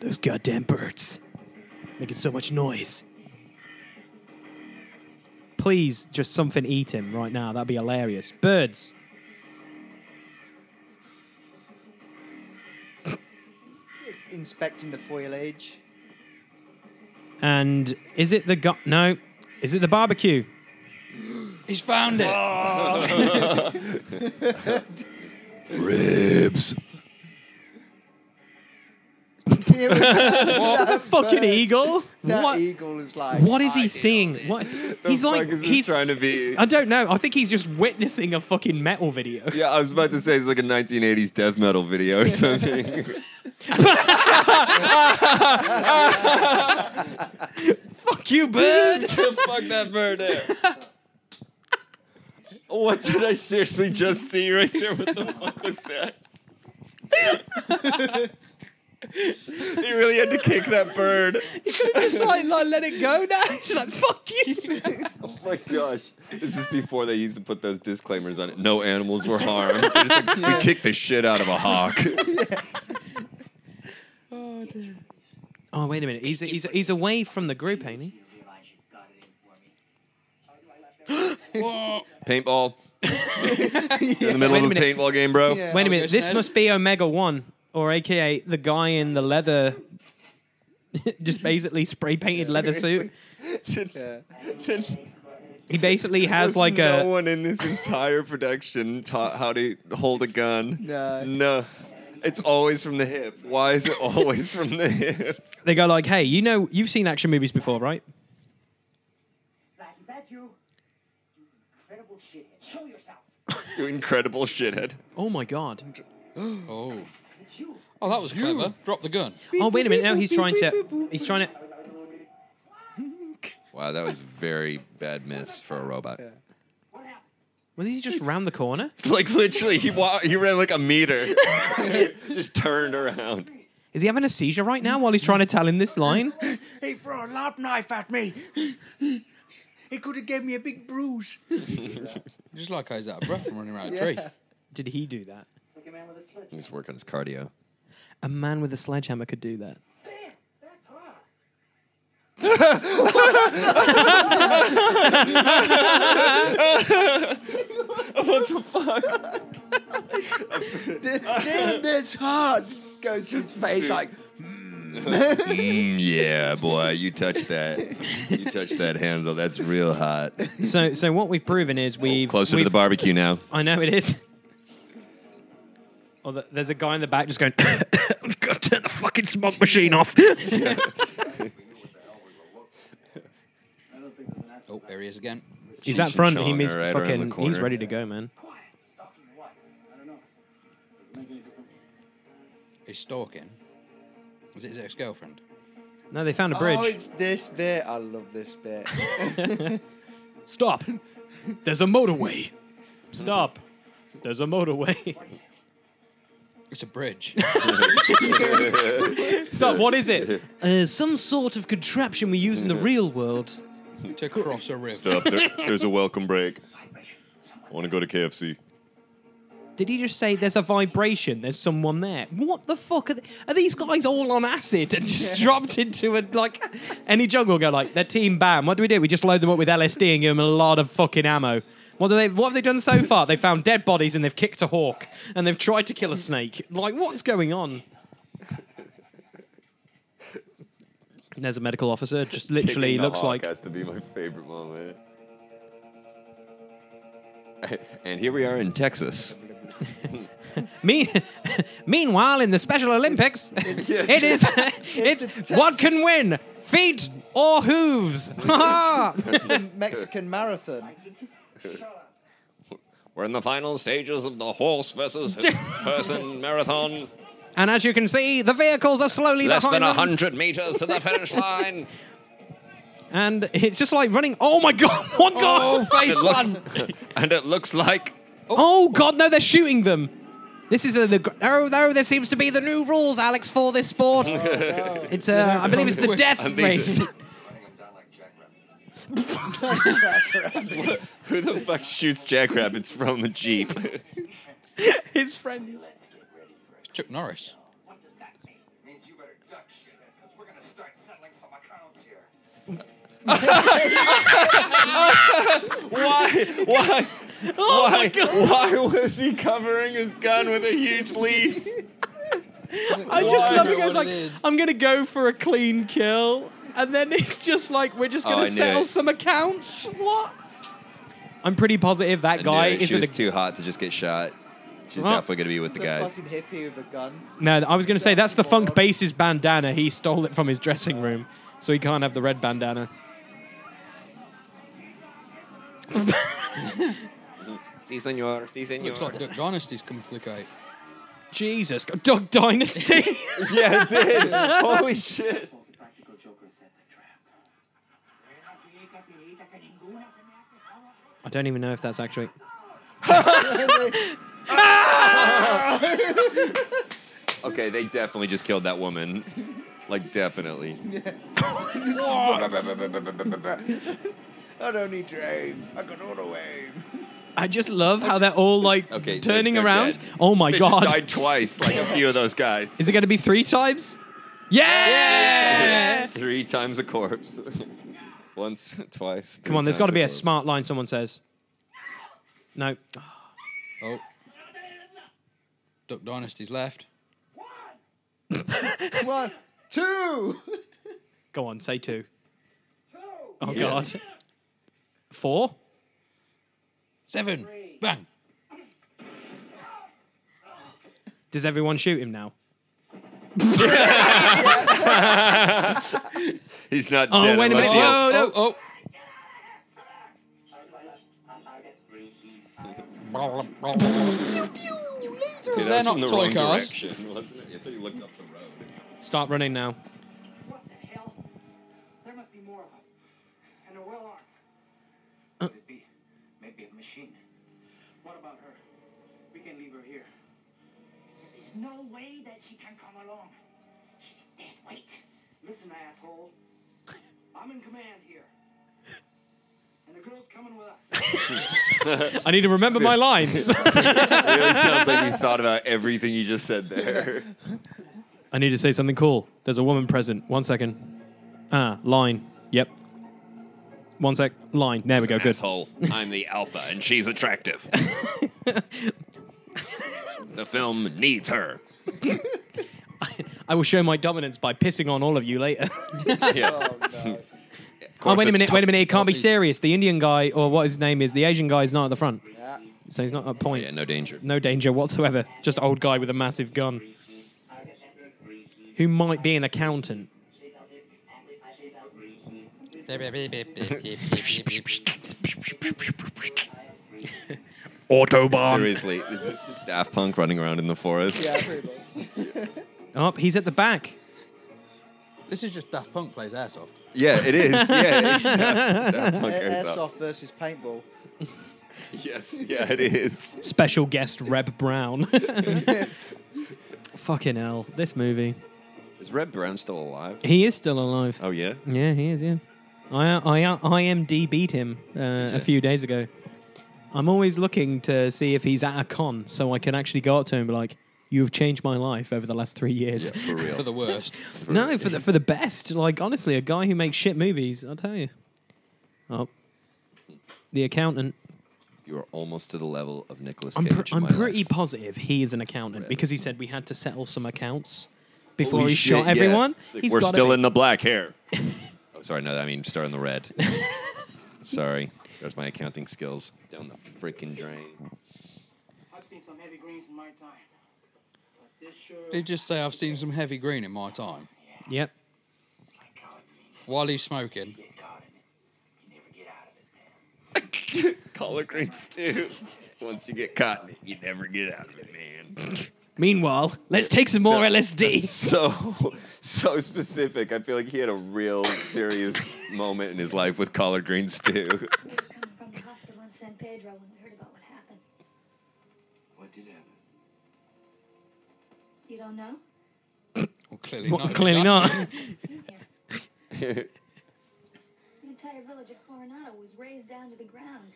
A: Those goddamn birds making so much noise. Please, just something eat him right now. That'd be hilarious. Birds.
C: Inspecting the foliage.
A: And is it the gu- no? Is it the barbecue?
G: He's found it.
E: Ribs.
A: What was
C: It was-
A: a
C: That
A: fucking
C: bird.
A: eagle?
C: that
A: What?
C: eagle is like.
A: What is
C: "I
A: he
C: did
A: seeing?
C: all this."
A: What?
F: The
A: He's
F: fuck
A: like
F: is this
A: he's.
F: trying to be.
A: I don't know. I think he's just witnessing a fucking metal video.
F: Yeah, I was about to say it's like a 1980s death metal video or something.
A: Fuck you, bird.
F: Fuck that bird there. What did I seriously just see right there? What the fuck was that? he really had to kick that bird.
A: just like, like let it go now. She's like fuck you.
F: Oh my gosh. This is before they used to put those disclaimers on it. No animals were harmed. They're just like, we kicked the shit out of a hawk.
A: Oh wait a minute. He's he's he's away from the group, ain't he?
G: Whoa.
F: Paintball. In the middle
A: Wait
F: of
A: a
F: a
A: minute.
F: paintball game, bro.
C: Yeah.
A: Wait a
G: I'll
A: minute.
G: go
A: This
G: snares.
A: must be Omega One, or AKA the guy in the leather, just basically spray painted leather suit.
C: Yeah.
A: He basically has
F: There's
A: like
F: no
A: a.
F: one in this entire production taught how to hold a gun.
C: No.
F: No. It's always from the hip. Why is it always from the hip?
A: They go like, "Hey, you know, you've seen action movies before, right?
D: Blackie, that you? You incredible shithead. Show yourself.
F: You incredible shithead.
A: Oh my god!
G: Oh.
D: It's you.
G: Oh, that was clever. Drop the gun.
A: Oh wait a minute! Now he's trying to. He's trying to.
F: Wow, that was very bad miss for a robot.
D: What happened?
A: Was he just round the corner?
F: Like literally, he wa- he ran like a meter, just turned around.
A: Is he having a seizure right now while he's trying to tell him this line?
C: He threw a lab knife at me. He could have gave me a big bruise.
G: Just like I was out of breath from running around a tree.
C: Yeah.
A: Did he do that?
D: Like a man with a sledgehammer.
F: He's working his cardio.
A: A man with a sledgehammer could do that.
D: Damn, that's hard.
C: D- Damn, that's hard. Goes to his face like,
F: Mm, yeah, boy, you touch that. You touch that handle. That's real hot.
A: So, so what we've proven is we've
F: Closer to
A: we've-
F: the barbecue now.
A: I know it is. Oh, the, there's a guy in the back just going. I've got to turn the fucking smoke machine off.
I: I don't think there's an
G: Oh, there he is again.
A: he's out
F: Cheech
A: front.
F: and
A: He
F: Chong
A: means
F: are right around the
A: fucking. He's
F: corner.
A: ready to go, man.
D: Quiet. Stalking what?
I: I don't know. Doesn't make any difference.
G: He's stalking. Is it his ex-girlfriend?
A: No, they found a
C: oh,
A: bridge.
C: it's this bit. I love this bit.
A: Stop. There's a motorway. Stop. There's a motorway.
G: It's a bridge.
A: Stop. What is it? Uh, some sort of contraption we use in the real world.
G: to cross a river.
F: Stop. There, there's a welcome break. I want to go to KFC.
A: Did he just say there's a vibration? There's someone there. What the fuck are, th- are these guys all on acid and just dropped into a like any jungle? Go like their team bam. What do we do? We just load them up with LSD and give them a lot of fucking ammo. What do they? What have they done so far? they found dead bodies and they've kicked a hawk and they've tried to kill a snake. Like what's going on? And there's a medical officer. Just literally
F: Kicking the
A: looks
F: hawk
A: like
F: has to be my favorite moment. And here we are in Texas.
A: Me- meanwhile, in the Special Olympics, it is it's,
C: it's a
A: what
C: Texas-
A: can win feet or hooves. Ha ha.
C: the Mexican marathon.
F: We're in the final stages of the horse versus person marathon.
A: And as you can see, the vehicles are slowly
F: Less
A: behind
F: than a
A: them.
F: hundred meters to the finish line.
A: And it's just like running. Oh my god! One god!
G: Oh, face
F: It
G: one.
F: look- and it looks like
A: Oh god! No, they're shooting them. This is a the- oh no! There seems to be the new rules, Alex, for this sport. It's uh, I believe it's the death
F: And
A: race.
F: these-
I: Running them down like jackrabbits.
F: who the fuck shoots jackrabbits from a jeep?
A: His friends.
G: Chuck Norris.
I: What does that mean? Means you better duck shit, because we're gonna start settling some accounts here.
F: Why? Why?
A: Oh
F: Why? Why was he covering his gun with a huge leaf?
A: I just
F: Why?
A: love it. Goes
G: What
A: like,
G: it is.
A: I'm gonna go for a clean kill, and then it's just like we're just
F: Oh,
A: gonna
F: I knew
A: settle
F: it.
A: some accounts. What? I'm pretty positive that guy
F: No,
A: is
F: she
A: a.
F: was too hot to just get shot. She's
A: Well-
F: definitely gonna be with the
C: It's a
F: guys.
C: fucking hippie with a gun.
A: No, I was gonna say that's the funk
C: Moron.
A: bass's bandana. He stole it from his dressing room, so he can't have the red bandana.
F: Si senor, si senor.
G: Looks like Duck Dynasty's come to the gate.
A: Jesus, God, Dog Dynasty.
F: yeah, it did. Holy shit.
I: The practical joker set the trap.
A: I don't even know if that's actually.
F: Okay, they definitely just killed that woman. Like definitely.
C: I don't need to aim. I can auto aim.
A: I just love how they're all like
F: Okay, they're-
A: turning
F: they're
A: around.
F: dead.
A: Oh my
F: they
A: god!
F: Just died twice, like a few of those guys.
A: Is it going to be three times? Yeah!
F: Three times a corpse. Once, twice.
A: Come on, there's got to be a smart line someone says. No.
G: Oh. Duck Dynasty's left.
C: One, two.
A: Go on, say two. Oh, God. Four?
G: Seven. Bang.
A: Does everyone shoot him now?
F: He's not
A: Oh,
F: dead.
A: wait a
F: unless
A: minute.
F: he has-
A: Whoa, no.
G: Oh, oh.
F: Okay,
G: they're
F: that was
G: not
F: from the
G: toy
F: wrong
G: cars.
F: direction, wasn't it? I thought you looked up the road.
A: Start running now.
D: What the hell? There must be more of them. And they're well armed.
I: Could it be? Maybe a machine.
D: What about her? We can leave her here. There's no way that she can come along. She's dead weight. Listen, asshole. I'm in command here. And the girl's coming with us.
A: I need to remember my lines.
F: really sounds like you thought about everything you just said there.
A: I need to say something cool. There's a woman present. One second. Ah, line. Yep. One sec. Line. There we go. Good.
F: Asshole. I'm the alpha, and she's attractive. the film needs her.
A: I will show my dominance by pissing on all of you later.
F: Yeah.
C: Oh no.
A: oh, wait a
F: it's
A: minute.
F: top-
A: Wait a minute. It can't be serious. The Indian guy, or what his name is, the Asian guy is not at the front.
C: Yeah.
A: So he's not at point.
F: Yeah, no danger.
A: No danger whatsoever. Just old guy with a massive gun. Who might be an accountant. Autobahn.
F: Seriously, is this just Daft Punk running around in the
C: Um,
F: forest?
C: Yeah, pretty much.
A: Oh, he's at the back.
G: This is just Daft Punk plays airsoft.
F: Yeah, it is. Yeah, it's Daft, Daft Punk.
C: Air-
F: Airsoft.
C: Airsoft versus paintball.
F: Yes, yeah, it is.
A: Special guest Reb Brown. Fucking hell. This movie.
F: Is Red Brown still alive?
A: He is still alive.
F: Oh yeah.
A: Yeah, he is, yeah. I, I, IMD beat him uh, a
F: ya?
A: few days ago. I'm always looking to see if he's at a con so I can actually go up to him and be like, You've changed my life over the last three years.
F: Yeah, for real.
G: For the worst.
A: No, for the for the best. Like honestly, a guy who makes shit movies, I'll tell you. Oh, the accountant.
F: you are almost to the level of Nicolas
A: I'm
F: Cage.
A: pr-
F: in
A: I'm
F: my
A: pretty
F: life.
A: positive he is an accountant because he said we had to settle some accounts before he
F: shit,
A: shot
F: yeah.
A: everyone.
F: It's like,
A: He's
F: We're
A: gotta
F: still
A: be-
F: in the black here. oh, sorry, no, I mean start in the red. sorry, there's my accounting skills down the freaking drain.
D: I've seen some heavy greens in my time. But this sure
G: Did you just say I've seen some heavy green in my time?
A: Yep.
D: like collard greens.
G: While he's smoking.
D: Get caught in it. You never get out of it, man.
F: Collard greens too. Once you get caught, in it, you never get out of it, man.
A: Meanwhile, let's take some more LSD.
F: So, so specific. I feel like he had a real serious moment in his life with collard green stew.
H: I was coming from the hospital in San Pedro when I heard about what happened.
I: What did happen?
H: You don't know?
G: Well, clearly
A: Well,
G: not.
A: clearly not.
H: You can't. The entire village of Coronado was razed down to the ground.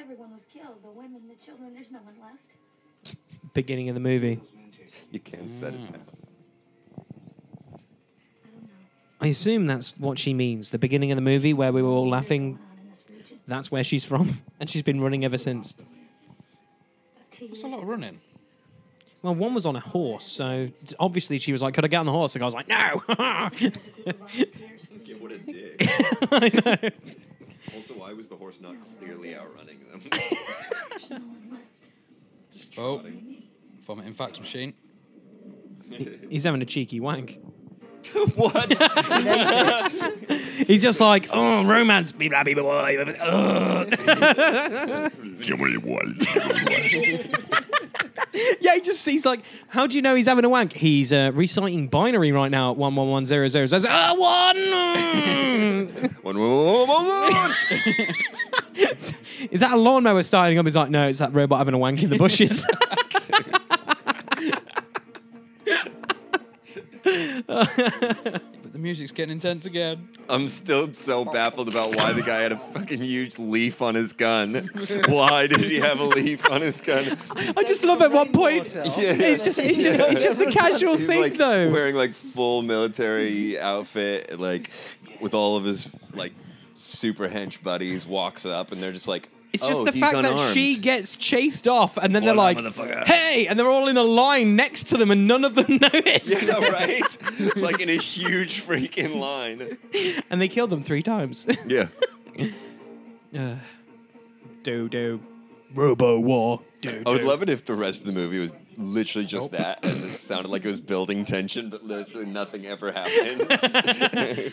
H: Everyone was killed the women, the children, there's no one left.
A: Beginning of the movie.
F: you can't set it down.
H: I don't know
A: I assume that's what she means. The beginning of the movie where we were all laughing.
H: what's going on in this region.
A: That's where she's from, and she's been running ever since.
H: About two
G: It's
H: years
G: a lot of
H: ago,
G: running.
A: Well, one was on a horse, so obviously she was like, "Could I get on the horse?" The guy was like, "No."
H: there's a group of volunteers from the
F: What a dick.
A: I know.
F: Also, why was the horse not clearly outrunning them?
G: Oh, vomiting fax machine.
A: He's having a cheeky wank.
F: what?
A: He's just like, "Oh, romance, blah blah blah." blah, blah, ugh." yeah, he just sees like, how do you know he's having a wank? He's uh, reciting binary right now at one one one zero zero zero "Uh, one.
F: One, one, one, one, one.
A: Is that a lawnmower starting up? He's like, no, it's that robot having a wank in the bushes.
G: But the music's getting intense again.
F: I'm still so baffled about why the guy had a fucking huge leaf on his gun. Why did he have a leaf on his gun?
A: I just love at one point.
C: Water.
F: Yeah.
A: It's just, it's just, it's just the casual
F: He's,
A: thing
F: like,
A: though.
F: Wearing like full military outfit, like with all of his like super hench buddies, walks up and they're just like,
A: It's just
F: "Oh,
A: the
F: he's
A: fact
F: unarmed.
A: that she gets chased off, and then they're
F: Follow
A: like,
F: that motherfucker.
A: "Hey!" and they're all in a line next to them, and none of them notice.
F: Yeah, right? like in a huge freaking line.
A: And they kill them three times.
F: Yeah.
A: Uh, do do, Robo War. Do
F: I would love it if the rest of the movie was literally just that and it sounded like it was building tension, but literally nothing ever happened.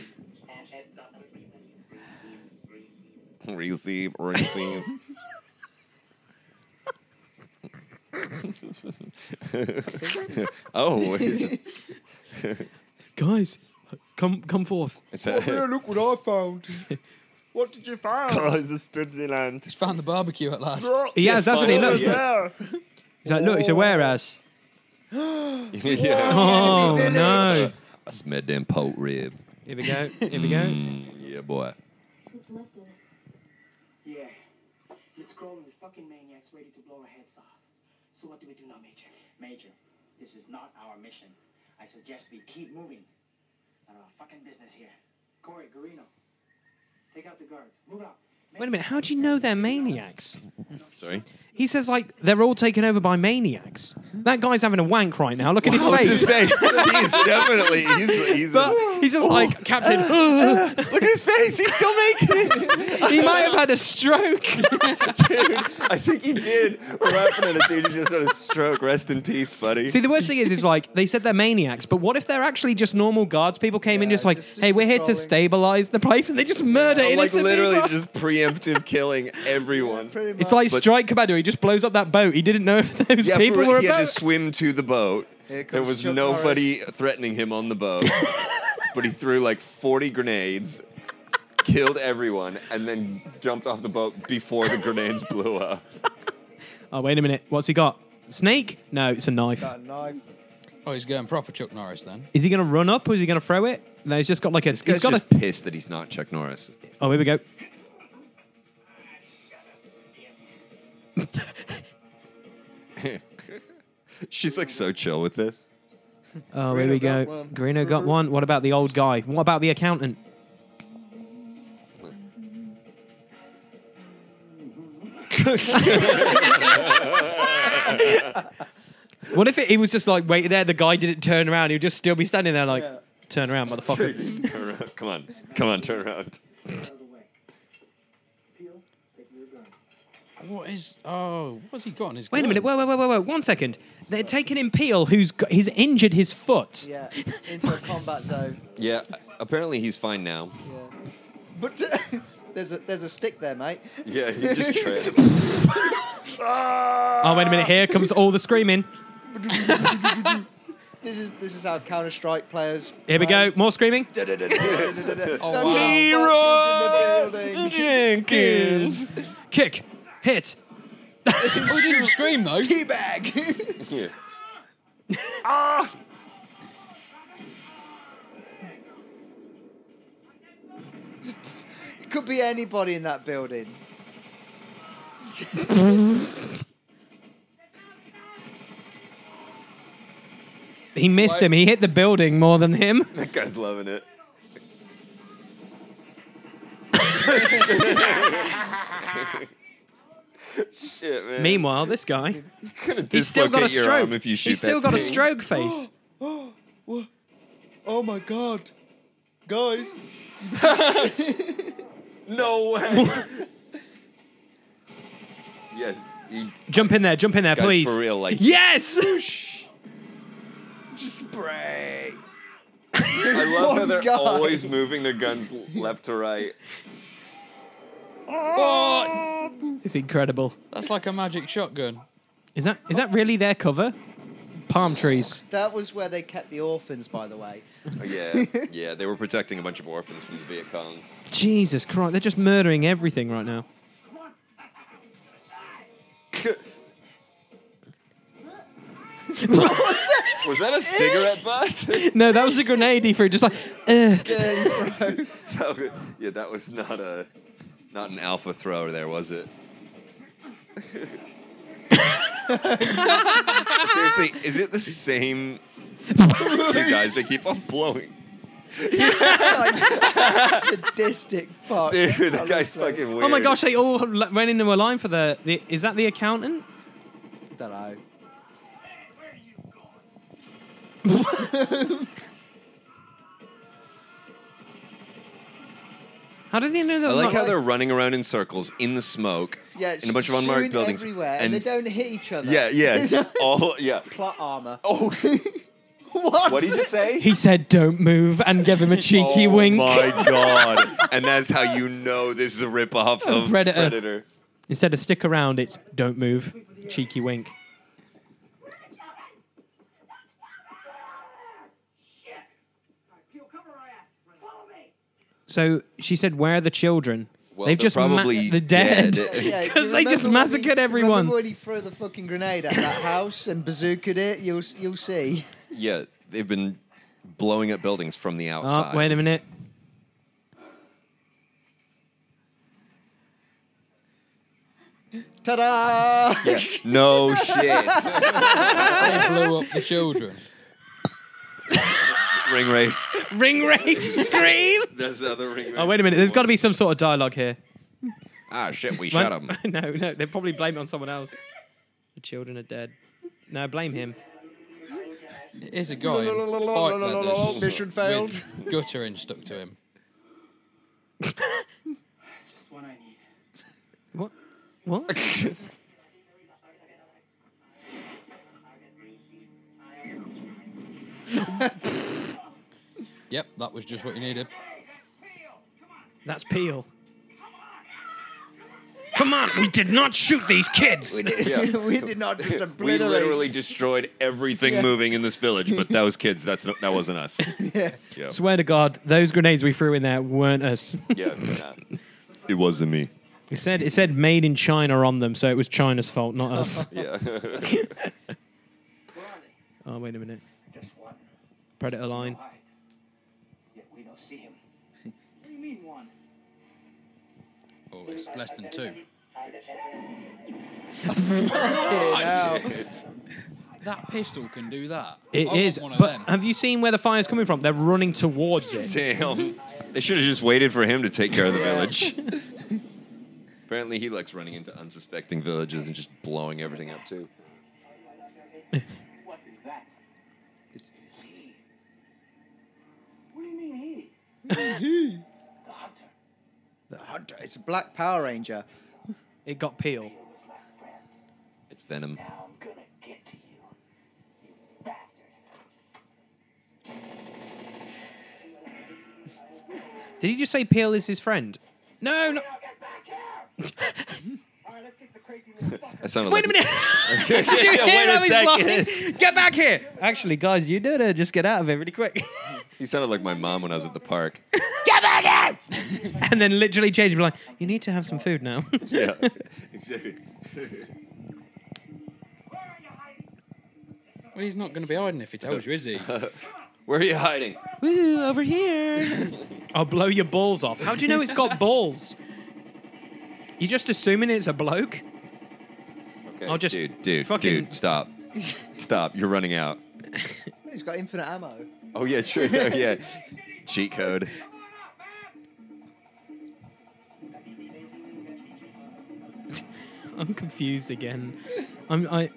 F: receive, receive. oh, it's just,
A: guys. Come, come forth.
F: it's a,
C: look what I found.
J: What did you find?
G: He's found the barbecue at last.
A: He has, doesn't he?
F: finally,
A: Look,
F: yes.
A: he's like, look, he's a whereas.
F: yeah.
A: Oh no!
F: I smelled them poke rib.
A: Here we go. Here we go.
F: Mm, yeah, boy.
H: who's left of it.
D: Yeah. This Cronin is fucking maniacs ready to blow our heads off. So what do we do now, Major? Major, this is not our mission. I suggest we keep moving. Not our fucking business here. Corey, Garino, take out the guards. Move out.
A: Wait a minute. How do you know they're maniacs?
F: Sorry.
A: He says like they're all taken over by maniacs. That guy's having a wank right now. Look at his
F: Look at
A: face.
F: his face. He's definitely. He's. he's
A: But he's just like Captain. "Ugh."
F: look at his face. He's still making it.
A: he might have had a stroke.
F: dude. I think he did. We're laughing at a dude who just had a stroke. Rest in peace, buddy.
A: See, the worst thing is, is like they said they're maniacs, but what if they're actually just normal guards? People came in
C: Yeah,
A: just like,
C: just- just
A: hey, we're here to
C: patrolling."
A: stabilize the place, and they just murder
F: Oh, like
A: innocent
F: literally
A: people.
F: just preemptive killing everyone.
C: Pretty much.
A: it's like
F: but-
A: Strike Commando. He just blows up that boat. He didn't know if those
F: yeah,
A: people
F: for,
A: were
F: he had
A: about.
F: to swim to the boat.
C: Here
F: There
C: comes
F: was
C: Chuck
F: nobody threatening him on the boat, but he threw like 40 grenades, killed everyone, and then jumped off the boat before the grenades blew up.
A: Oh wait a minute, what's he got? Snake? No, it's a knife.
C: Got a knife.
G: Oh, he's going proper Chuck Norris then.
A: Is he gonna run up or is he gonna throw it? No, he's just got like a. He's
F: He's
A: got
F: just
A: a.
F: pissed that he's not Chuck Norris.
A: Oh, here we go.
F: She's like so chill with this.
A: Oh, here we
C: Greeno
A: go.
C: got one.
A: Greeno
F: Mm-hmm.
A: got one. What about the old guy? What about the accountant? What if it, he was just like, wait there, the guy didn't turn around, he'd just still be standing there like,
C: Yeah.
A: turn around, motherfucker.
F: turn around. Come on. Come on, turn around.
G: What is? Oh, what's he got on his?
A: Wait a
G: gun?
A: minute, wait, wait, wait, wait, wait, one second. They're taking in Peel, who's got, he's injured his foot.
C: Yeah. Into a combat zone.
F: Yeah, apparently he's fine now.
C: Yeah. But there's a there's a stick there, mate.
F: Yeah, he just trips.
A: Oh, wait a minute, here comes all the screaming.
C: This is this is how Counter Strike players.
A: Here we go. More screaming.
C: Oh,
A: Leroy Jenkins. Kick. Hit.
G: oh, he didn't scream though.
C: Teabag.
F: Yeah.
C: it could be anybody in that building.
A: He missed him. He hit the building more than him.
F: That guy's loving it. Shit, man.
A: Meanwhile, this guy,
F: Gonna
A: he's still got a
F: dislocate your
A: stroke.
F: arm If you shoot
A: he's still
F: that
A: got a
F: thing.
A: stroke face.
C: oh what? Oh my god, guys!
F: No way. yes, he
A: Jump in there. Jump in there,
F: Guys,
A: please.
F: for real, like-
A: yes.
C: Spray.
F: I love how
C: One
F: they're
C: guy.
F: always moving their guns l- left to right.
G: What?
A: it's incredible.
G: That's like a magic shotgun.
A: Is that is that really their cover? Palm trees.
C: That was where they kept the orphans, by the way.
F: Yeah, yeah, they were protecting a bunch of orphans from the Viet Cong.
A: Jesus Christ! They're just murdering everything right now.
F: Was that a cigarette butt?
A: No, that was a grenade. He threw just like. Uh.
C: Gay bro.
F: So- yeah, that was not a not an alpha thrower there, was it? Seriously, is it the same two guys that keep on blowing?
C: Sadistic fuck.
F: Dude, that guy's
C: Honestly.
F: fucking weird.
A: Oh my gosh! They all l- ran into a line for the. the is that the accountant?
C: Don't know.
A: How did they know that?
F: I like how
A: not-
F: they're running around in circles in the smoke,
C: Yeah,
F: in a bunch of unmarked
C: shooting
F: buildings.
C: everywhere, and, they don't hit each other.
F: yeah, yeah, all yeah.
C: Plot armor.
F: Oh,
C: What?
F: what did you say?
A: He said, "Don't move," and gave him a cheeky
F: oh
A: wink.
F: my god! and that's how you know this is a ripoff of
A: Predator.
F: Predator.
A: Instead of stick around, it's don't move, cheeky wink. So she said, "Where are the children?"
F: Well,
A: They've
F: they're
A: just ma-
F: probably
A: they're dead.
F: dead.
C: Yeah, you
A: 'Cause they
C: remember
A: just
C: when he-
A: massacred
C: remember
A: everyone.
C: when he threw the fucking grenade at that house and bazookaed it? You'll s- you'll see.
F: Yeah, they've been blowing up buildings from the outside.
A: Oh, wait a minute.
C: Ta-da!
F: Yeah. No shit.
G: They blew up the children.
F: ring race.
A: Ring race scream.
F: That's the other ring race.
A: Oh, wait a minute. There's got to be some sort of dialogue here.
F: Ah, shit, we shot him.
A: no, no. They probably blame it on someone else. The children are dead. No, blame him.
G: It is a guy. in bike leathers
C: Mission failed.
G: with Guttering stuck to him.
D: That's just one I need.
A: What? What?
G: Yep, that was just what you needed.
A: That's Peel. Come on, we did not shoot these kids.
F: Yeah.
C: we did not just obliterate.
F: We literally destroyed everything moving in this village, but those kids, that's no, that wasn't us.
C: Yeah.
F: Yeah.
A: Swear to God, those grenades we threw in there weren't us.
F: yeah, nah. It wasn't me.
A: it said it said made in China on them, so it was China's fault, not us.
F: Yeah.
D: Where are they?
A: oh wait a minute,
D: Just one.
A: Predator line.
D: Hide. Yet we don't see him. What do you mean one?
G: Oh, it's less than
C: Yeah,
G: two.
C: now.
G: That pistol can do that.
A: It
G: I
A: is,
G: want one of
A: but um,
G: them.
A: have you seen where the fire's coming from? They're running towards it.
F: Damn. They should have just waited for him to take care of the village. Apparently, he likes running into unsuspecting villages and just blowing everything up, too.
D: What is that?
C: It's-
D: It's he. What do you mean he? the hunter.
C: The hunter. It's a black Power Ranger.
A: It got Peel.
D: It was my friend.
F: It's Venom.
D: Now I'm gonna get to you. You bastard.
A: Did he just say Peel is his friend? No, no.
D: Now get back here!
F: I sounded
A: Wait a
F: like-
A: minute! Did you
F: Yeah,
A: hear
F: wait a
A: how he's
F: second.
A: laughing? Get back here! Actually, guys, you did it. Just get out of here really quick.
F: He sounded like my mom when I was at the park.
A: get back here! and then literally change. Be like, you need to have some food now.
F: Yeah, exactly.
G: Well, he's not going to be hiding if he tells you, is he?
F: Where are you hiding?
A: Woo, over here. I'll blow your balls off. How do you know it's got balls? You're just assuming it's a bloke?
F: Okay,
A: I'll just
F: dude, dude,
A: fucking-
F: dude, stop, stop! You're running out.
C: He's got infinite ammo.
F: Oh yeah, true. yeah, cheat code.
A: I'm confused again. I'm I,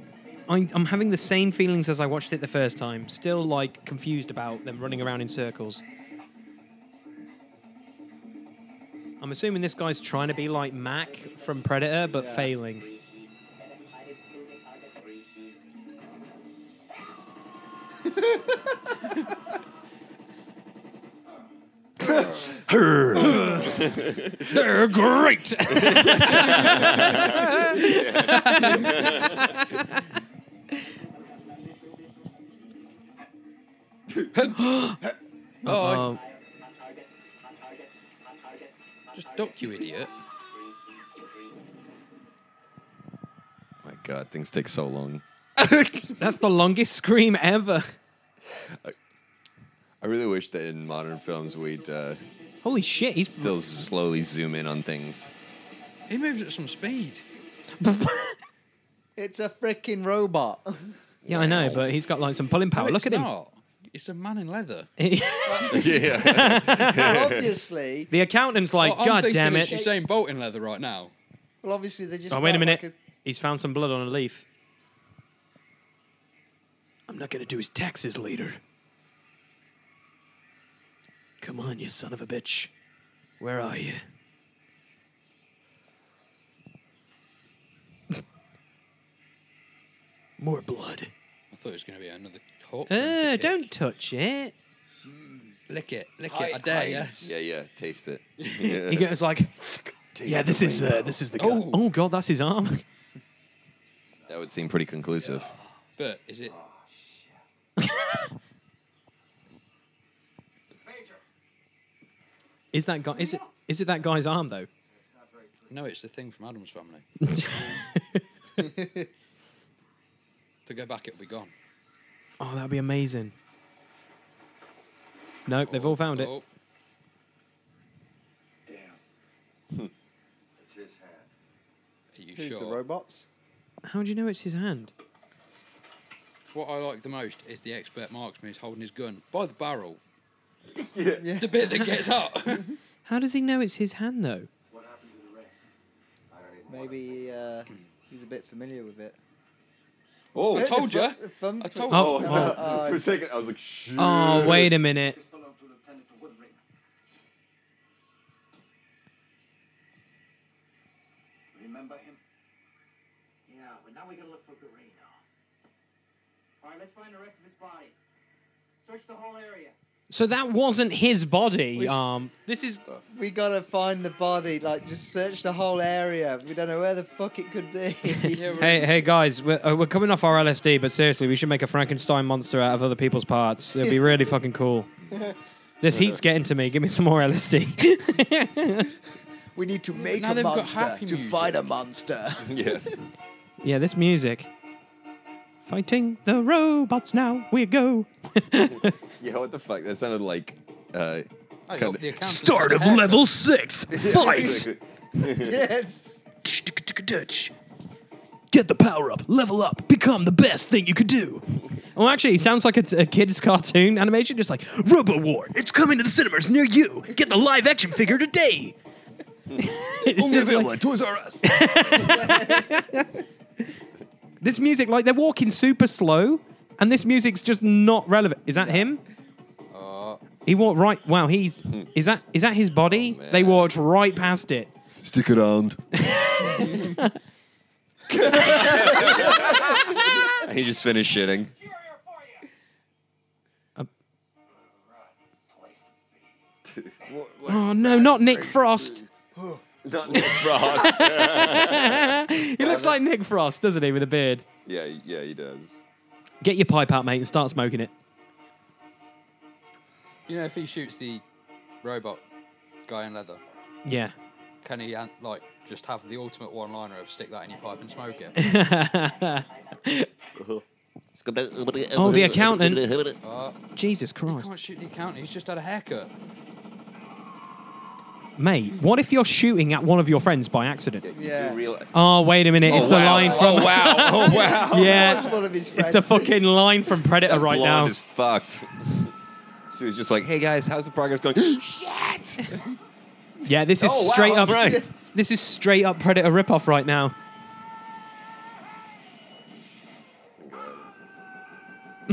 A: I I'm having the same feelings as I watched it the first time. Still like confused about them running around in circles. I'm assuming this guy's trying to be like Mac from Predator, but
C: Yeah.
A: failing.
G: Uh,
A: They're great.
G: Oh, Oh,
A: Uh-oh.
G: just duck, you idiot.
F: My God, things take so long.
A: That's the longest scream ever.
F: I really wish that in modern films we'd uh,
A: Holy shit, he's
F: still slowly zoom in on things.
G: He moves at some speed.
C: It's a freaking robot.
A: Yeah, I know, but he's got like some pulling power.
G: No,
A: Look at
G: it's
A: him.
G: not. It's a man in leather.
F: yeah.
C: obviously,
A: the accountant's like,
G: Well, I'm
A: God
G: thinking
A: damn
G: it's
A: it.
G: Usain Bolt in leather right now.
C: well, obviously they just.
A: Oh, wait a
C: got,
A: minute.
C: like,
A: He's found some blood on a leaf. I'm not going to do his taxes later. Come on, you son of a bitch. Where are you? More blood.
G: I thought it was going to be another hot.
A: Uh, don't touch it.
G: lick it, lick it. I dare you.
F: Yeah, yeah. Taste it.
A: He goes like, "Yeah, this is uh, this is the guy."
G: Oh.
A: oh god, that's his arm.
F: That would seem pretty conclusive.
G: But is it?
A: Is that guy? Is it? Is it that guy's arm though?
G: No, it's the thing from Adam's family. to go back, it'll be gone.
A: Oh, that'd be amazing. Nope, they've all found it.
G: Oh,
K: Damn.
A: Hmm.
K: it's his hand.
G: are you
C: Who's the
G: sure?
C: robots?
A: How do you know it's his hand?
G: What I like the most is the expert marksman who's holding his gun by the barrel.
C: Yeah.
G: The bit that gets up.
A: How does he know it's his hand though?
K: What happened to the rest? I don't even
C: Maybe uh, he's a bit familiar with it.
F: Oh,
G: I told
C: The
G: ya.
C: thu- the thumbs
G: I told
A: Oh,
C: No,
A: you.
C: no,
F: oh.
C: uh,
F: for a second, I was like, Shh.
A: Oh, wait a minute.
K: This belonged to Lieutenant Woodring. Remember him?
D: Yeah, but now we gotta look for Guerrino. All right, let's find the rest of his body. Search the whole area.
A: So that wasn't his body. Um, this is
C: we gotta find the body. Like, just search the whole area. We don't know where the fuck it could be.
G: Yeah, we're-
A: Hey, hey guys, we're, uh, we're coming off our LSD, but seriously, we should make a Frankenstein monster out of other people's parts. It'd be really fucking cool. This heat's getting to me. Give me some more LSD.
C: we need to make
G: now
C: a
G: they've got
C: monster
G: happy
C: to
G: music.
C: fight a monster.
F: yes.
A: yeah, this music. Fighting the robots now we go.
F: Yeah, what the fuck? That sounded like. Uh,
G: I
F: kinda-
G: hope the accountant's
A: Start
G: got a
A: of
G: haircut.
A: level six. Fight.
F: exactly.
C: yes.
A: Get the power up, level up, become the best thing you could do. Well, actually, it sounds like a, a kid's cartoon animation, just like Robo War. It's coming to the cinemas near you. Get the live action figure today. It's
E: Only
A: just like-
E: available at Toys R Us.
A: this music, like they're walking super slow, and this music's just not relevant. Is that him? He walked right. Wow, he's is that is that his body?
F: man.
A: they walked right past it.
E: Stick around.
F: And he just finished shitting.
A: Oh no, not Nick Frost.
F: Not Nick Frost.
A: he looks like Nick Frost, doesn't he, with a beard?
F: yeah, yeah, he does.
A: Get your pipe out, mate, and start smoking it.
G: You know, if he shoots the robot guy in leather,
A: Yeah.
G: can he uh, like just have the ultimate one-liner of stick that in your pipe and smoke it?
A: Oh, the accountant.
G: Uh,
A: Jesus
G: he
A: Christ.
G: can't shoot the accountant. He's just had a haircut.
A: Mate, what if you're shooting at one of your friends by accident?
C: Yeah.
A: Oh, wait a minute.
F: Oh,
A: It's the
F: wow.
A: line from.
F: Oh wow! Oh wow!
A: Yeah.
C: That's one of his
A: It's the
C: friends.
A: fucking line from Predator
F: That
A: right
F: blonde
A: now.
F: is fucked. She was just like, "Hey guys, how's the progress going?" Shit!
A: Yeah, this is
F: Oh, wow,
A: straight up.
F: right.
A: This is straight up Predator ripoff right now.